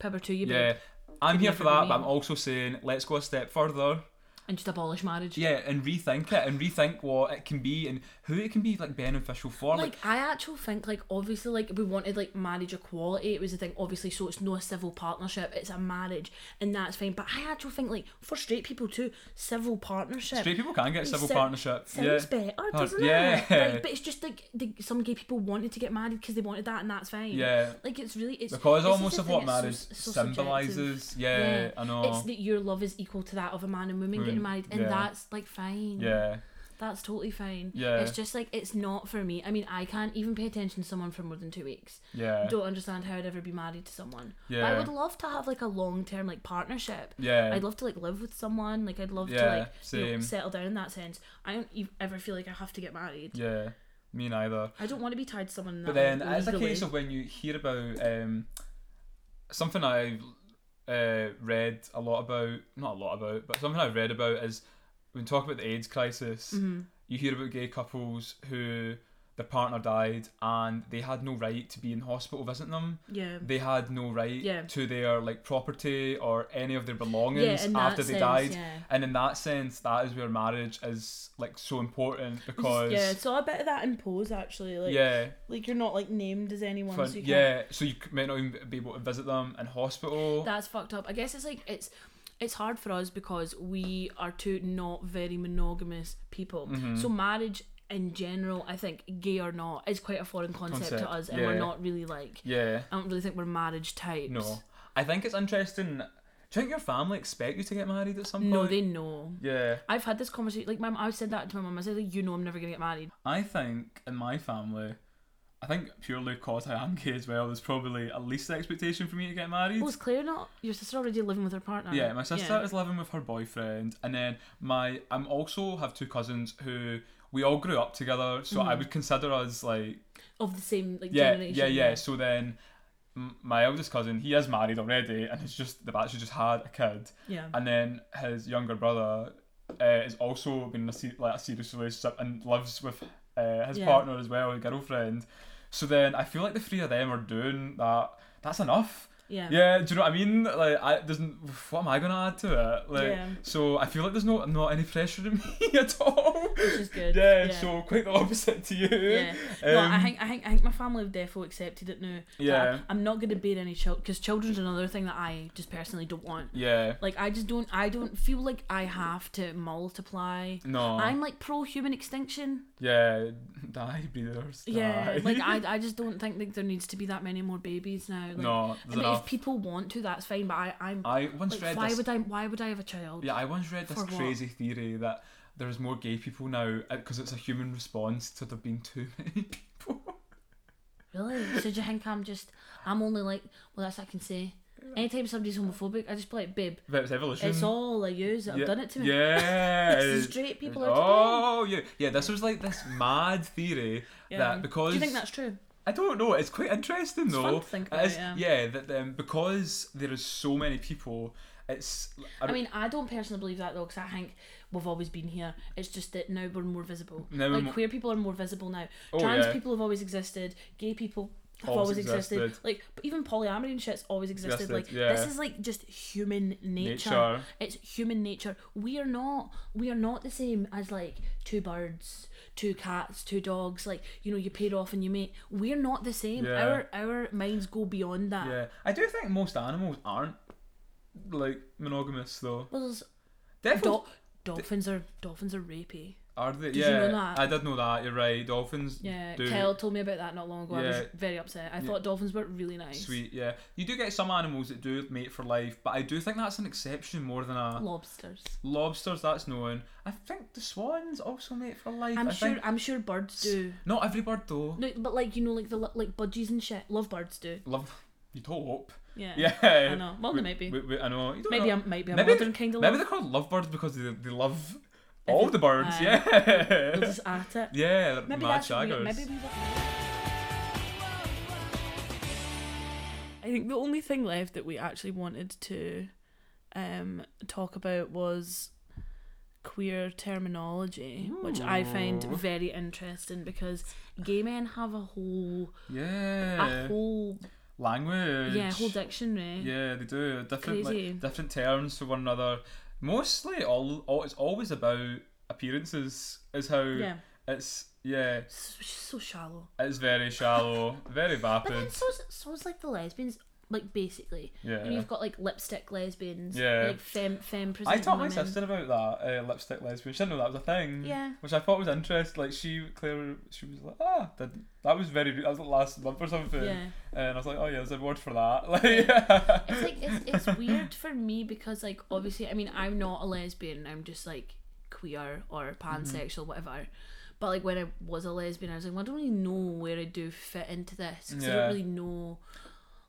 pepper to you babe. yeah. I'm here for Different that, but I'm meaning. also saying let's go a step further. and just abolish marriage. Yeah, and rethink it and rethink what it can be and who it can be like beneficial for. Like, Like I actually think like obviously like we wanted like marriage equality it was the thing obviously so it's no civil partnership it's a marriage and that's fine but I actually think like for straight people too civil partnership straight people can get It civil sou- partnership. Yeah. sounds better doesn't yeah. it like, but it's just like the, some gay people wanted to get married because they wanted that and that's fine Yeah. like it's really it's Because it's just almost the of thing, what it's so- marriage so subjective. symbolises. Yeah, I know. it's that your love is equal to that of a man and woman Women, getting married and yeah. that's like fine yeah. that's totally fine. Yeah. It's just like it's not for me. I mean, I can't even pay attention to someone for more than two weeks. Yeah. Don't understand how I'd ever be married to someone. But Yeah. I would love to have like a long term like partnership. Yeah. I'd love to like live with someone. Like I'd love Yeah, to like you same. know, settle down in that sense. I don't ev- ever feel like I have to get married. yeah. Me neither. I don't want to be tied to someone. In that But then way, it's a legally. case of when you hear about um, something I've uh, read a lot about, not a lot about, but something I've read about is when talk about the AIDS crisis, Mm-hmm. you hear about gay couples who their partner died and they had no right to be in hospital visiting them. yeah. They had no right Mm. Yeah. to their like property or any of their belongings Yeah, in that after they sense, died. yeah. And in that sense, that is where marriage is like so important because Yeah, so a bit of that impose actually, like yeah, like you're not like named as anyone, Fun- so you can't yeah, so you c- might not even be able to visit them in hospital. That's fucked up. I guess it's like it's it's hard for us because we are two not very monogamous people. Mm-hmm. So marriage in general, I think, gay or not, is quite a foreign concept, to Concept, us and yeah. we're not really like yeah, I don't really think we're marriage types. no, I think it's interesting. Do you think your family expect you to get married at some No, point? they know. Yeah, I've had this conversation like my mum- I said that to my mum. I said like you know I'm never gonna get married. I think in my family, I think purely because I am gay as well, there's probably at least the expectation for me to get married. Well is Claire not your sister already living with her partner? Yeah, my sister is living with her boyfriend, and then my I'm also have two cousins who we all grew up together, so Mm-hmm. I would consider us like of the same like yeah, generation. yeah, yeah. So then m- my eldest cousin, he is married already, and it's just they've actually just had a kid, Yeah. and then his younger brother uh, is also been in a se- like a serious relationship and lives with uh, his Yeah. partner as well, his girlfriend. So then I feel like the three of them are doing that. That's enough. Yeah. Yeah, do you know what I mean? Like, I doesn't. What am I gonna add to it? Like, Yeah. so I feel like there's no not any pressure in me at all. Which is good. Yeah, so quite the opposite to you. Yeah. no, I Um, think I think I think my family have defo accepted it now. that Yeah. I, am not going to bear any children because children's another thing that I just personally don't want. Yeah. Like I just don't I don't feel like I have to multiply. No. I'm like pro human extinction. Yeah, die breeders. Die. Yeah. Like I I just don't think like there needs to be that many more babies now. Like, no, I there's mean, if enough. people want to, that's fine. But I I'm I once like read why this. would I why would I have a child? yeah, I once read this For what? crazy theory that there's more gay people now because it's a human response to there being too many people. Really? So do you think I'm just I'm only like well that's what I can say. Anytime somebody's homophobic, I just be like, babe, But it's evolution. it's all I use that have yeah, done it to me. Yeah. It's the straight people are to blame. Oh yeah, yeah. This was like this mad theory that because Do you think that's true? I don't know. It's quite interesting though. fun to think It about, is- yeah. that um, because there is so many people, it's. I mean, I don't personally believe that though, because I think we've always been here. It's just that now we're more visible. Now we're like more- queer people are more visible now. Oh, Trans yeah. people have always existed. Gay people have Always always, existed. existed. Like but even polyamory and shit's always existed. Existed, like yeah. this is like just human nature. Nature. It's human nature. We are not. We are not the same as like two birds, two cats, two dogs. Like you know, you paid off and you mate. We're not the same. Yeah. Our our minds go beyond that. yeah, I do think most animals aren't like monogamous though. Well, there's Definitely. Dol- dolphins are dolphins are rapey. Are they? you yeah, know that? I did know that. You're right. Dolphins. Yeah, do Kel told me about that not long ago. I was Yeah. very upset. I thought dolphins were really nice. Sweet. Yeah, you do get some animals that do mate for life, but I do think that's an exception more than a Lobsters. lobsters. That's known. I think the swans also mate for life. I'm I sure. Think... I'm sure birds do. Not every bird though. No, but like you know, like the lo- like budgies and shit. Love birds do. Love. You'd hope. Yeah. Yeah. I know. Well, we, they might be. We, we, I know. You don't Maybe know. I'm maybe I'm Maybe- modern kind of Maybe love. they're called lovebirds because they, they love all the birds. Aye. They're yeah. just at it. yeah. they're Maybe mad that's weird. shaggers. Maybe we were... I think the only thing left that we actually wanted to um, talk about was queer terminology, which I find Ooh. very interesting because gay men have a whole, Yeah. a whole, Language. Ah, yeah, whole dictionary. Yeah, they do. Different Crazy. like different terms for one another. mostly all, all it's always about appearances is how Yeah. it's yeah It's it's just so shallow. it's very shallow very But then vapid so's, so's like the lesbians, like basically. And yeah you've got like lipstick lesbians. Yeah. Like femme, femme I presenting taught my women. sister about that uh, lipstick lesbian. She didn't know that was a thing. Yeah. Which I thought was interesting. Like she, Claire, she was like, ah, that, that was very. That was like last month or something. Yeah. And I was like, oh yeah, there's a word for that. Like, yeah. It's like it's, it's weird for me because like obviously I mean I'm not a lesbian I'm just like queer or pansexual whatever but like when I was a lesbian I was like well, I don't really know where I do fit into this 'cause I Yeah. don't really know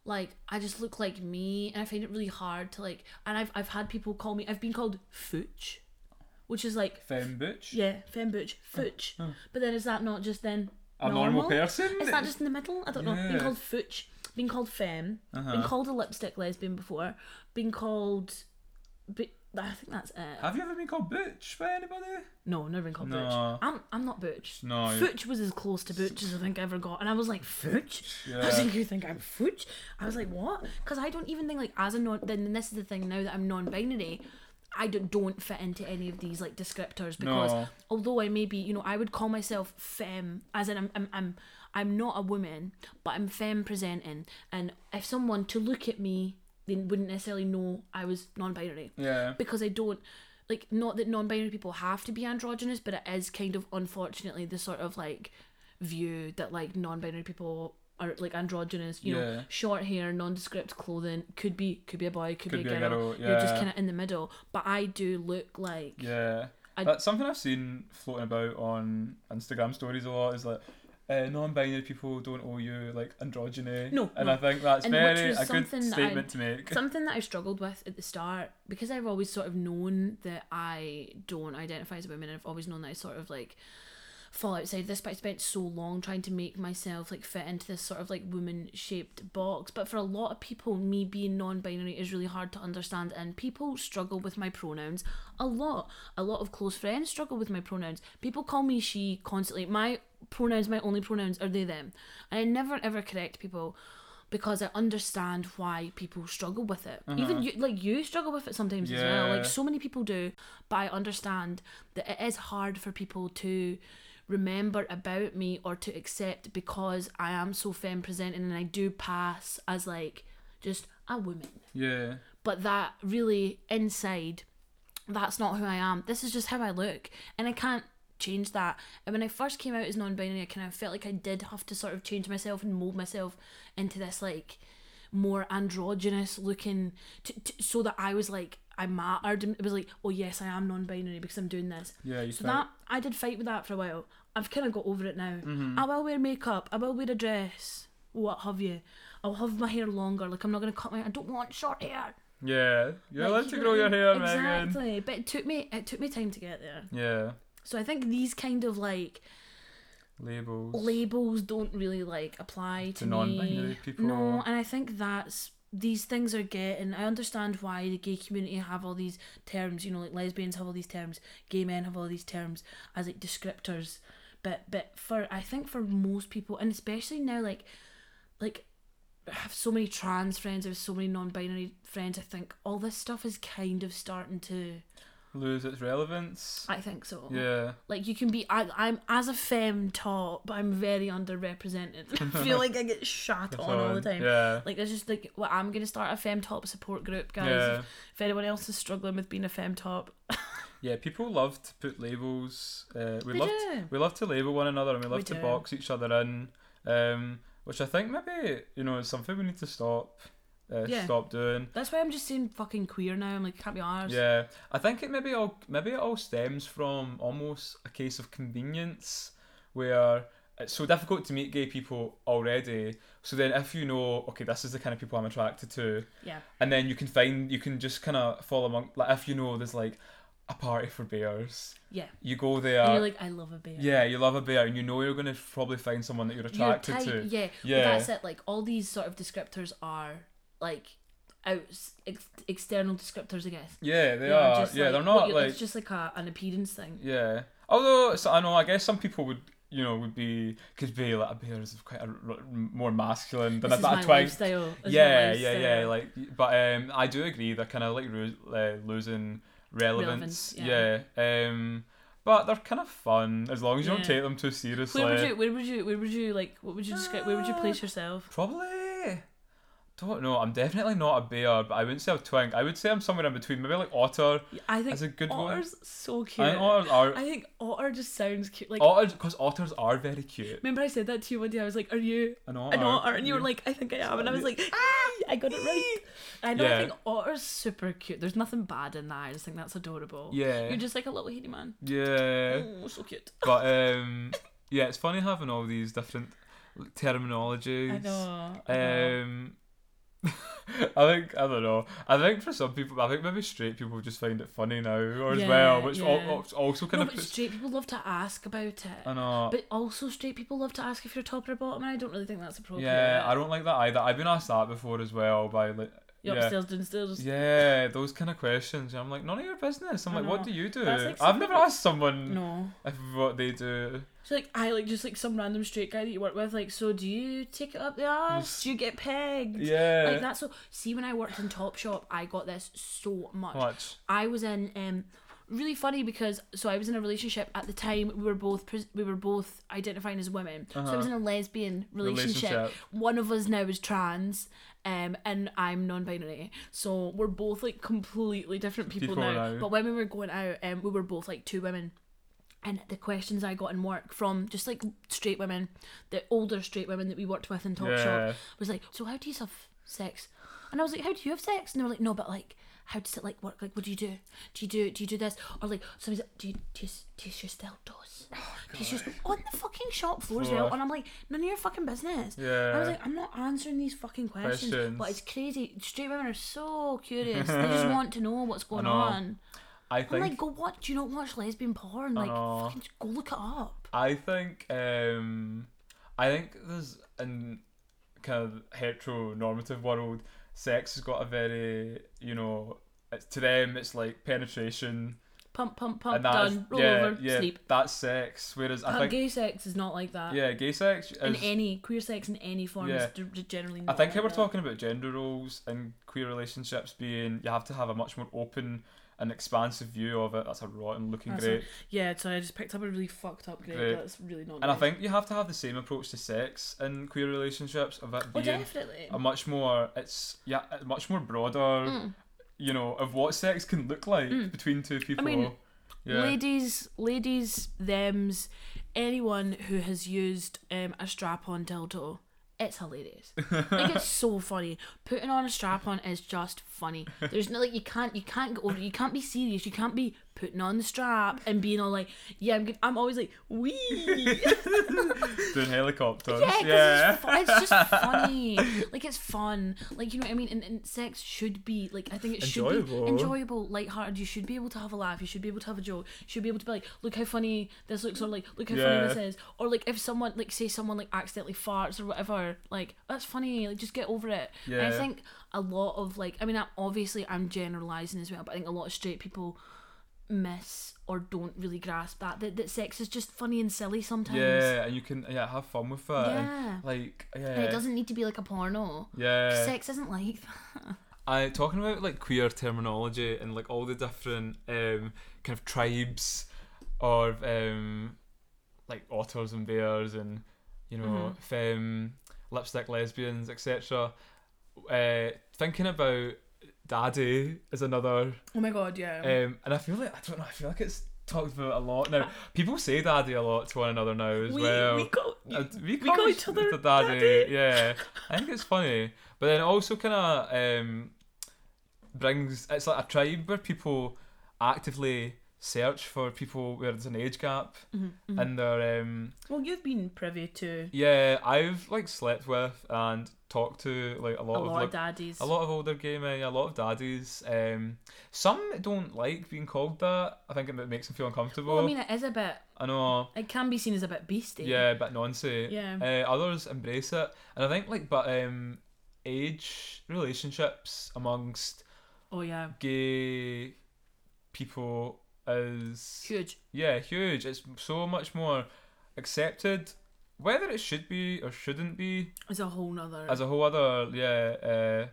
like I just look like me and I find it really hard to like and I've I've had people call me I've been called Fooch which is like Femme butch. yeah femme butch Fooch but then is that not just then Oh. A normal, person. is that just in the middle? I don't know. Yeah. Being called Fooch, being called Femme, being Uh-huh. called a lipstick lesbian before, being called. But I think that's it. Have you ever been called butch by anybody? No, I've never been called No. Butch. I'm, I'm not Butch. No. you- Fooch was as close to Butch as I think I ever got. And I was like, Fooch? I Yeah. was like, you think I'm Fooch? I was like, what? Because I don't even think, like, as a non. Then this is the thing now that I'm non binary. I don't, don't fit into any of these like descriptors because No. although I may be, you know, I would call myself femme, as in I'm, I'm, I'm, I'm not a woman, but I'm femme presenting. And if someone to look at me, they wouldn't necessarily know I was non-binary Yeah. because I don't like not that non-binary people have to be androgynous, but it is kind of unfortunately the sort of like view that like non-binary people are like androgynous. You Yeah. know, short hair, nondescript clothing could be could be a boy, could, Could be a be a girl. girl, You're just yeah. kind of in the middle. But I do look like Yeah. I- That's something I've seen floating about on Instagram stories a lot is like uh, non-binary people don't owe you like androgyny. No, and no. I think that's And which very was a good something that statement I'd- to make. something that I struggled with at the start because I've always sort of known that I don't identify as a woman, and I've always known that I sort of like fall outside this. But I spent so long trying to make myself like fit into this sort of like woman shaped box. But for a lot of people, me being non binary is really hard to understand, and people struggle with my pronouns a lot. A lot of close friends struggle with my pronouns. People call me she constantly. My pronouns, my only pronouns, are they, them. And I never ever correct people because I understand why people struggle with it. Even you, like you struggle with it sometimes as well. Yeah. Like so many people do, but I understand that it is hard for people to remember about me or to accept because I am so femme presenting and I do pass as like just a woman. yeah. But that really inside, that's not who I am. This is just how I look, and I can't change that. And when I first came out as non-binary, I kind of felt like I did have to sort of change myself and mold myself into this like more androgynous looking, t- t- so that I was like I mattered. And it was like, oh yes, I am non-binary because I'm doing this. Yeah, you So felt- that I did fight with that for a while. I've kind of got over it now. I will wear makeup. I will wear a dress. What have you? I'll have my hair longer. Like I'm not gonna cut my. I don't want short hair. Yeah. You're Like, allowed you to don't grow your even- hair, Megan. Exactly, but it took me it took me time to get there. Yeah. So I think these kind of like Labels. labels don't really like apply to, To me. non-binary people. No, and I think that's these things are getting. I understand why the gay community have all these terms. You know, like lesbians have all these terms, gay men have all these terms as like descriptors. But but for I think for most people, and especially now, like like I have so many trans friends, I have so many non-binary friends. I think all this stuff is kind of starting to. Lose its relevance. I think so. yeah. Like you can be, I, I'm as a femme top, but I'm very underrepresented. I feel like I get shat on all the Fine. time. Yeah. Like there's just like, well, I'm gonna start a femme top support group, guys. If, Yeah. if anyone else is struggling with being a femme top, Yeah, people love to put labels. Uh, we They love do. we love to label one another, and we love We to do. box each other in. Um, which I think maybe you know is something we need to stop, uh, Yeah. stop doing. that's why I'm just saying fucking queer now. I'm like, can't be ours. Yeah, I think it maybe all maybe it all stems from almost a case of convenience, where it's so difficult to meet gay people already. So then, if you know, okay, this is the kind of people I'm attracted to, Yeah. and then you can find you can just kind of fall among like if you know there's like a party for bears, Yeah. you go there. And you're like, I love a bear. yeah, you love a bear, and you know you're gonna probably find someone that you're Your attracted type, to. yeah. Yeah. Well, that's it. Like all these sort of descriptors are like out ex- external descriptors, I guess. Yeah, they They are are. just, Yeah, like, they're what not you- like it's just like a, an appearance thing. Yeah. Although so, I know, I guess some people would, you know, would be could be like a bear is quite a r- r- more masculine than This is a, but a my twang. lifestyle. This is my Yeah, yeah, yeah. lifestyle. Like, but um, I do agree they're kind of like ro- uh, losing relevance. Relevance, yeah. Um, but they're kind of fun as long as you don't Yeah. take them too seriously. Where would you? Where would you? Where would you like? What would you describe? Where would you place yourself? Probably. Don't know. I'm definitely not a bear, but I wouldn't say a twink. I would say I'm somewhere in between. Maybe like otter. I That's think a good one. otter's so cute. I think otters are. I think otter just sounds cute. Like Otters, because otters are very cute. remember I said that to you one day. I was like, "Are you An otter. Mm-hmm. an otter?" And you were like, "I think I am." And I was like, "Ah, I got it right." I know. Yeah. I think otter's super cute. There's nothing bad in that. I just think that's adorable. Yeah. You're just like a little heady man. yeah. Oh, so cute. But um, yeah, it's funny having all these different terminologies. I know. I know. Um, I think I don't know. I think for some people, I think maybe straight people just find it funny now, or as Yeah, well, which al- yeah. al- also kind no, of but puts. straight people love to ask about it. I know. But also, straight people love to ask if you're top or bottom, and I don't really think that's appropriate. yeah, I don't like that either. I've been asked that before as well by like. You're yeah. upstairs, downstairs. Yeah, those kind of questions. I'm like, none of your business. I'm I like, what know. do you do? That's like I've something never that- asked someone No. if what they do. So like I like just like some random straight guy that you work with. Like, so do you take it up the ass? Do you get pegged? Yeah. Like that's so. See, when I worked in Top Shop, I got this so much. Much. I was in um really funny because so I was in a relationship at the time. We were both pres- we were both identifying as women. So I was in a lesbian Uh-huh. relationship. Relationship. One of us now is trans. Um, and I'm non-binary, so we're both like completely different people, People now. now. But when we were going out, um, we were both like two women, and the questions I got in work from just like straight women, the older straight women that we worked with in Top Yeah. Shop, was like, "So how do you have sex?" And I was like, "How do you have sex?" And they were like, "No, but like, how does it like work? Like, what do you do? Do you do do you do this or like somebody's like, do you do you, s- do you use dildos? Oh, do you use on the fucking shop floor as well?" Floor. And I'm like, "None of your fucking business." And I was Yeah. like, "I'm not answering these fucking questions." Questions. But it's crazy. Straight women are so curious. they just want to know what's going know. on. I I'm think. Oh. like, go watch. Do you not watch lesbian porn? Like, know. fucking just go look it up. I think um I think there's in kind of heteronormative world, sex has got a very you know it's to them it's like penetration Pump, pump, pump. and that's Done. Roll yeah, over. yeah, Sleep. That's sex. Whereas I But think gay uh, sex is not like that. yeah, gay sex in is any queer sex in any form Yeah. is d- generally. I Not think like if we're that. talking about gender roles and queer relationships being you have to have a much more open and expansive view of it. That's a rotten looking That's a- great. Yeah, sorry, I just picked up a really fucked up grade. Great. That's really not. And I nice. think you have to have the same approach to sex in queer relationships of it Oh, being definitely. a much more it's yeah a much more broader Mm. you know of what sex can look like between two people mean, yeah Ladies, ladies, them's, anyone who has used um, a strap-on dildo, it's hilarious. like it's so funny. Putting on a strap-on is just funny. There's no like you can't you can't go over it. You can't be serious. You can't be putting on the strap and being all like, yeah, I'm. Good. I'm always like, wee. yeah, 'cause doing helicopters Eh, it's yeah fu- it's, just funny. Like it's fun. Like you know what I mean. And, and sex should be like I think it should Enjoyable. be enjoyable, lighthearted. You should be able to have a laugh. You should be able to have a joke. You should be able to be like, look how funny this looks, or like, look how Yeah. funny this is, or like if someone like say someone like accidentally farts or whatever, like that's funny. Like just get over it. And I Yeah. think a lot of like, I mean, I'm, obviously I'm generalizing as well, but I think a lot of straight people miss or don't really grasp that that, that sex is just funny and silly sometimes. yeah and you can yeah have fun with it Yeah. and like yeah And it doesn't need to be like a porno. yeah Sex isn't like that. I talking about like queer terminology and like all the different um kind of tribes or um like otters and bears and you know Mm-hmm. femme lipstick lesbians etc. Uh, thinking about daddy is another Oh my god, yeah. um and I feel like I don't know I feel like it's talked about a lot now. People say daddy a lot to one another now as Uh, we, well. we go. Uh, we call each other the daddy. daddy. eh? Yeah, I think it's funny, but then it also kind of um, brings it's like a tribe where people actively search for people where there's an age gap, Mm-hmm, Mm. and they're um, Well, you've been privy to yeah. I've like slept with and talked to like a a lot of lot like, of daddies. a lot of older gay men, a lot of daddies. Um, some don't like being called that. I think it makes them feel uncomfortable. Well, I mean, it is a bit. I know. It can be seen as a bit beastie. Yeah, but nonsense. Yeah. Uh, others embrace it, and I think like, but um, age relationships amongst Oh yeah. gay people is Huge. yeah huge. It's so much more accepted. Whether it should be or shouldn't be It's a whole nother. as a whole other yeah uh,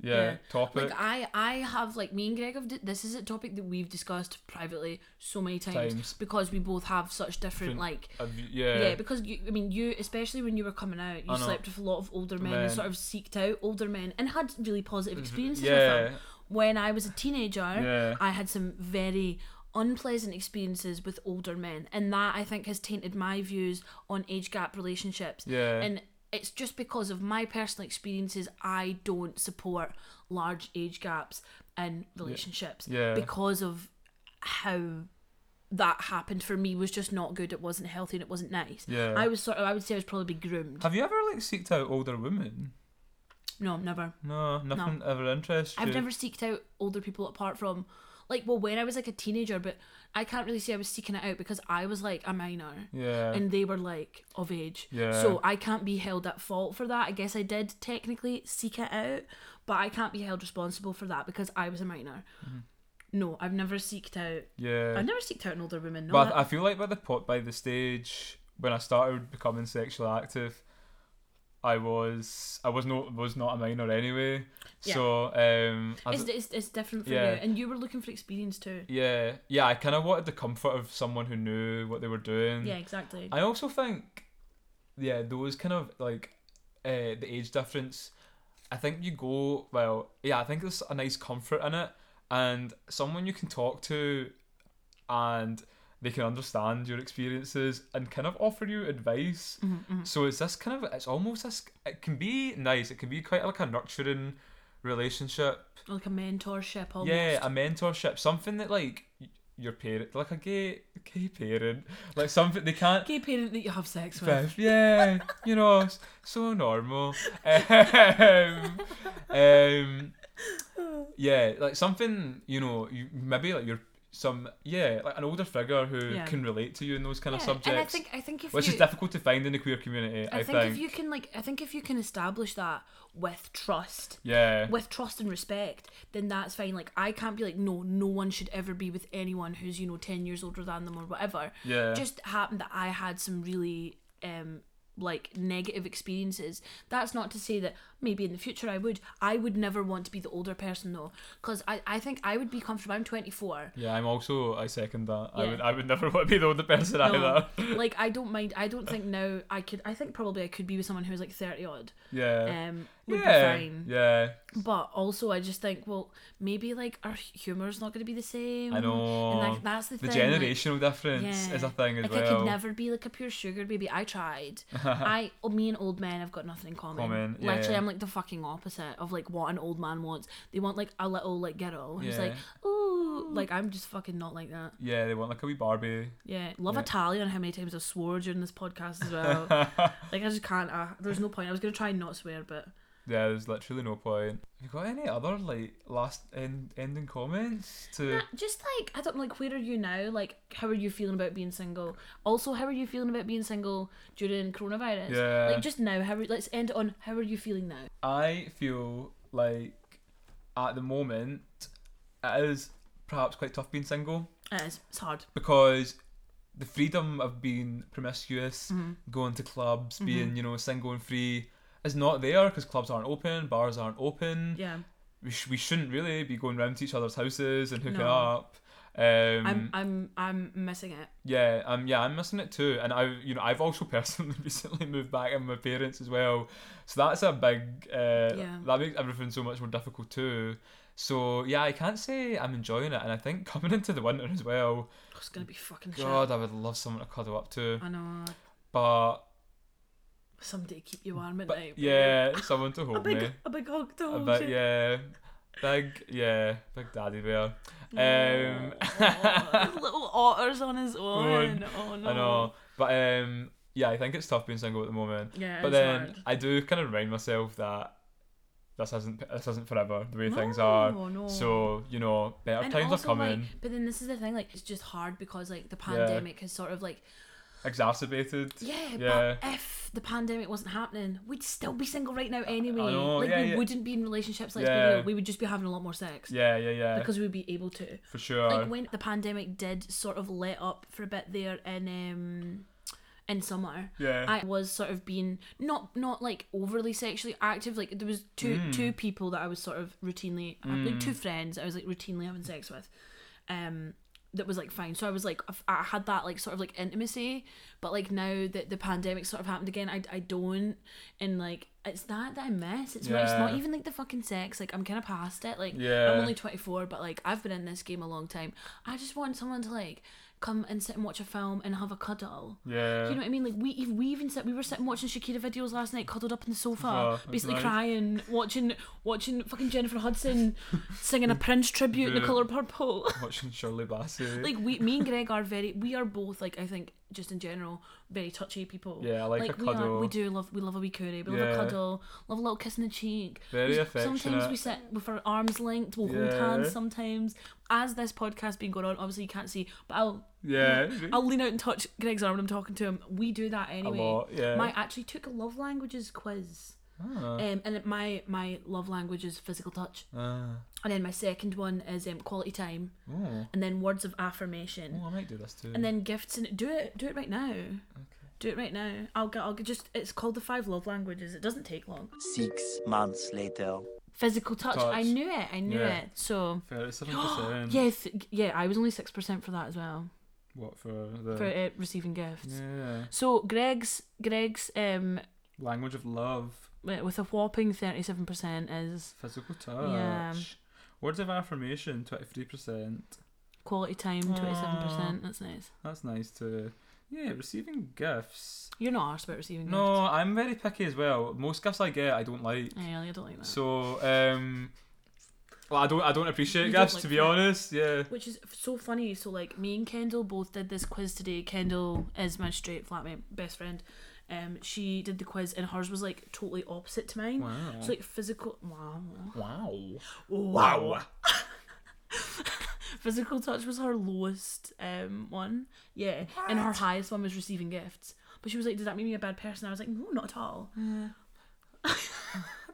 Yeah, Yeah. topic. Like I, I have like me and Greg have. d this is a topic that we've discussed privately so many times, Times. because we both have such different, Different- like. Have you- Yeah. yeah. because you, I mean, you especially when you were coming out, you I know. slept with a lot of older men, Men. Mm-hmm. and sort of seeked out older men and had really positive experiences with yeah. them. When I was a teenager, Yeah. I had some very unpleasant experiences with older men, and that I think has tainted my views on age gap relationships. Yeah. And it's just because of my personal experiences, I don't support large age gaps in relationships Yeah. because of how that happened for me was just not good. It wasn't healthy and it wasn't nice. Yeah. I was sort of, I would say I was probably groomed. Have you ever like seeked out older women? No, never. No, nothing ever interests you. I've never seeked out older people apart from like well when I was like a teenager, but I can't really say I was seeking it out because I was like a minor. Yeah. And they were like of age. Yeah. So I can't be held at fault for that. I guess I did technically seek it out, but I can't be held responsible for that because I was a minor. No, I've never seeked out Mm-hmm. yeah. I've never seeked out an older woman. No, But I- I feel like by the pot by the stage when I started becoming sexually active, I was I was not was not a minor anyway. Yeah. So um, I it's, d- it's, it's different for Yeah. you. And you were looking for experience too. yeah yeah I kind of wanted the comfort of someone who knew what they were doing. Yeah, exactly. Mm. I also think yeah those kind of like uh, the age difference. I think you go well yeah I think there's a nice comfort in it and someone you can talk to and they can understand your experiences and kind of offer you advice. Mm-hmm, So it's this kind of it's almost this it can be nice. It can be quite like a nurturing relationship. mm-hmm. Like a mentorship almost. Yeah, a mentorship, something that like y- your parent, like a gay gay parent, like something they can't. Gay parent that you have sex with. Fifth, yeah, you know, s- so normal. Um, um, yeah, like something you know, you maybe like you're some yeah, like an older figure who Yeah. can relate to you in those kind of Yeah, subjects, And I think I think if which you, is difficult to find in the queer community. I, I think if you can like I think if you can establish that with trust, yeah, with trust and respect, then that's fine. Like I can't be like no, no one should ever be with anyone who's you know ten years older than them or whatever. yeah, Just happened that I had some really um like negative experiences. That's not to say that maybe in the future I would. I would never want to be the older person though, because I I think I would be comfortable. I'm 24. yeah. I'm also I second that. I Yeah. would I would never want to be the older person either. No, like I don't mind. I don't think now I could. I think probably I could be with someone who's like 30 odd. Yeah, Um, would yeah, be fine. yeah. But also, I just think, well, maybe like our humor's not going to be the same. I know. And like, that's the, The thing. generational difference is a yeah. thing as Like, like well. I could never be like a pure sugar baby. I tried. I, oh, me and old men have got nothing in common. Common, Literally, yeah. I'm like the fucking opposite of like what an old man wants. They want like a little like girl who's like, Yeah. ooh, like I'm just fucking not like that. Yeah, they want like a wee Barbie. Yeah, love Yeah. Italian. How many times I've swore during this podcast as well. like I just can't. Uh, there's no point. I was gonna try and not swear, but Yeah, there's literally no point. Have you got any other like last end ending comments to? Nah, just like I don't know, like where are you now? Like how are you feeling about being single? Also, how are you feeling about being single during coronavirus? Yeah. Like just now. How are, let's end it on how are you feeling now? I feel like at the moment it is perhaps quite tough being single It is. It's hard. because the freedom of being promiscuous, Mm. going to clubs, Mm-hmm. being you know single and free is not there because clubs aren't open, bars aren't open. Yeah. We, sh- we shouldn't really be going round to each other's houses and hooking No. up. Um, I'm I'm I'm missing it. Yeah, um, yeah, I'm missing it too, and I, you know, I've also personally recently moved back in with my parents as well, so that's a big, uh, Yeah. that makes everything so much more difficult too. So yeah, I can't say I'm enjoying it, and I think coming into the winter as well, Oh, It's gonna be fucking God, I would love someone to cuddle up to, shit. I know. but, Somebody to keep you warm at but night. yeah, someone to A hold big me, a big hug to a hold bit, you. yeah, big, yeah, big daddy bear. Um, Aw, little otters on his own. Oh no. I know, but um, yeah, I think it's tough being single at the moment. Yeah. but it's then hard. I do kind of remind myself that this isn't this isn't forever the way things are. No, no. So you know, better And times are also, coming. Like, but then this is the thing, like it's just hard because like the pandemic has sort of like Exacerbated. yeah, Yeah. but if the pandemic wasn't happening, we'd still be single right now anyway. know, like yeah, we yeah. wouldn't be in relationships like Yeah. we would just be having a lot more sex. Yeah, yeah, yeah. Uh-huh. Because we'd be able to. for sure. Like when the pandemic did sort of let up for a bit there in um in summer. Yeah. I was sort of being not not like overly sexually active. Like there was two Hmm. two people that I was sort of routinely like two friends I was like routinely having sex with, um that was like fine. So I was like I've- I had that like sort of like intimacy, but like now that the pandemic sort of happened again, I I don't and like it's that that I miss. It's not, it's not Yeah. even like the fucking sex. Like I'm kind of past it. Like Yeah. I'm only 24, but like I've been in this game a long time. I just want someone to like come and sit and watch a film and have a cuddle. yeah. You know what I mean? Like we if we even sit, we were sitting watching Shakira videos last night, cuddled up on the sofa, Oh, that's basically nice. crying, watching watching fucking Jennifer Hudson singing a Prince tribute in Yeah. The Color Purple. Watching Shirley Bassey. like we, me and Greg are very, we are both like I think just in general very touchy people. yeah, I like, a we cuddle. we do love, we love a wee cootie, we love Yeah. a cuddle, love a little kiss in the cheek. Very We- Sometimes affectionate. we sit with our arms linked, we'll hold Yeah. hands. Sometimes, as this podcast been going on, obviously you can't see, but I'll yeah. I'll lean out and touch Greg's arm when I'm talking to him. We do that a anyway. lot. Yeah. My I actually took a love languages quiz, Ah. um, and it- my my love language is physical touch, Ah. and then my second one is um, quality time, oh. and then words of affirmation, oh, I might do this too. and then gifts and do it do it right now. Do it right now. I'll get. I'll get just. It's called the five love languages. It doesn't take long. Six months later. Physical touch. I Touch. knew it. I knew Yeah. it. So. 37%. Yeah, th- yeah. I was only six percent for that as well What for the. for uh, receiving gifts. yeah. So Greg's Greg's um Language of love. wi- with a whopping 37% is Physical touch. Yeah. Words of affirmation, 23%. quality time 27%. That's nice. That's nice too. Yeah, receiving gifts. You're not arsed about receiving No, I'm very picky as well. Most gifts I get, I don't like. gifts. Yeah, I don't like that. So, um, well, I don't, I don't appreciate You don't gifts like to be fruit. honest. Yeah. Which is f- so funny. So, like, me and Kendall both did this quiz today. Kendall is my straight flatmate, best friend. Um, she did the quiz, and hers was like totally opposite to mine. Wow. So, like, physical. Wow. Wow. Wow. Physical touch was her lowest um one. Yeah. And her highest one was receiving gifts. But she was like, Does that make me a bad person? I was like, No, not at all. I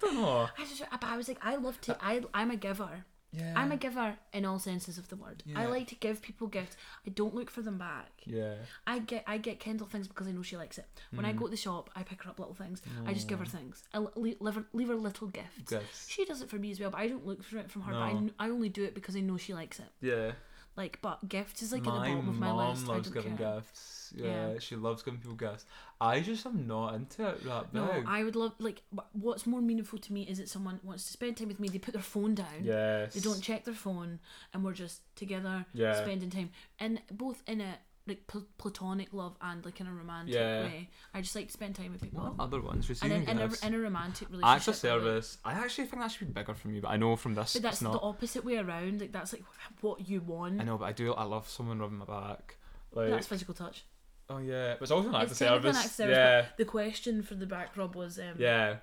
don't know. I just, but I was like, I love to. I, I'm a giver. Yeah. I'm a giver in all senses of the word. I Yeah. like to give people gifts. I don't look for them back. Yeah. I get I get Kendall things because I know she likes it. When I go to the shop, I pick her up little things. I just give her things. I li- leave, leave her, leave her little gifts. Gifts. She does it for me as well, but I don't look for it from her. But I, No. kn- I only do it because I know she likes it. Yeah. Like, but gifts is like at my the bottom of mom my list. loves I don't giving care. gifts. Yeah, Yeah. she loves giving people gifts. I just am not into it that big. No, I would love like wh- what's more meaningful to me is that someone wants to spend time with me. They put their phone down. yes. They don't check their phone, and we're just together Yeah. spending time, and both in a like pl- platonic love and like in a romantic Yeah. way. I just like to spend time with people, What other ones? and Receiving in, in, a, gifts. in a romantic relationship. Acts of I would. service. I actually think that should be bigger for me, but I know from this But that's it's not. the opposite way around. Like that's like what you want. I know, but I do. I love someone rubbing my back. Like, That's physical touch. oh yeah, but it's also an act of It's technically an service. act of service, yeah, The question for the back rub was, um, yeah.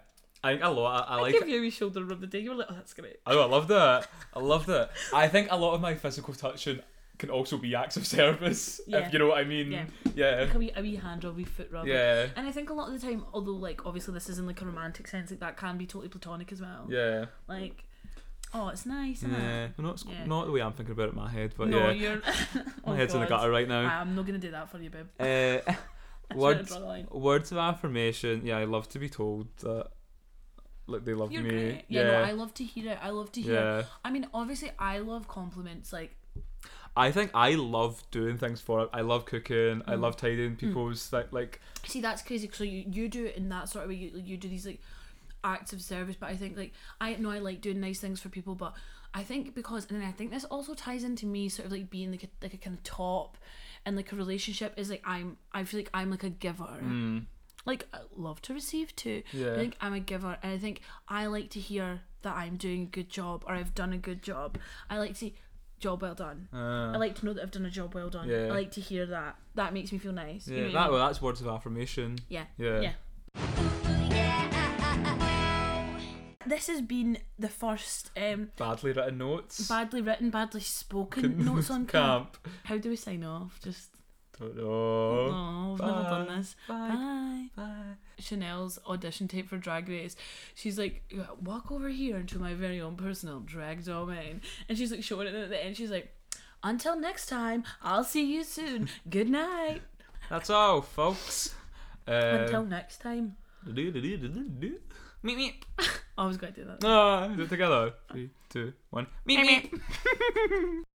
I think a lot. I, I like. give you a wee shoulder rub the day. You were like, oh, that's great. I know. I love that. I love that. I think a lot of my physical touching can also be acts of service. Yeah. If you know what I mean. Yeah. Yeah. Like a wee, a wee hand rub, wee foot rub. Yeah. And I think a lot of the time, although like obviously this isn't like a romantic sense, like that can be totally platonic as well. Yeah. Like, oh, it's nice. Isn't Yeah. it? Well, not, Yeah. not the way I'm thinking about it in my head, but no, yeah. you're. Oh, My head's in the God. gutter right now. I- I'm not gonna do that for you, babe. Uh, I swear to words, draw the line. words of affirmation. Yeah, I love to be told that like they love You're me. great. Yeah, Yeah, no, I love to hear it. I love to hear. yeah. I mean, obviously, I love compliments. Like, I think I love doing things for it. I love cooking. I Mm. love tidying people's thi- like. see, that's crazy. So you you do it in that sort of way. You you do these like acts of service, but I think like I know I like doing nice things for people, but I think because and I think this also ties into me sort of like being like a, like a kind of top and like a relationship is like I'm I feel like I'm like a giver. Like I love to receive too. Mm. Yeah. I think I'm a giver and I think I like to hear that I'm doing a good job or I've done a good job. I like to see job well done. uh, I like to know that I've done a job well done. Yeah. I like to hear that. That makes me feel nice. You Yeah, know what I that mean? well, that's words of affirmation. Yeah. Yeah. Yeah. This has been the first um, Badly written notes. badly written, badly spoken notes on camp. camp. How do we sign off? Just Don't know. oh, I've never Bye. done this. Bye. Chanel's audition tape for Drag Race. She's like, walk over here into my very own personal drag domain, and she's like showing it at the end. She's like, until next time, I'll see you soon. Good night. That's all, folks. Uh, Until next time. meep meep. I was going to do that. Ah, do it together. Three, two, one. Meep meep.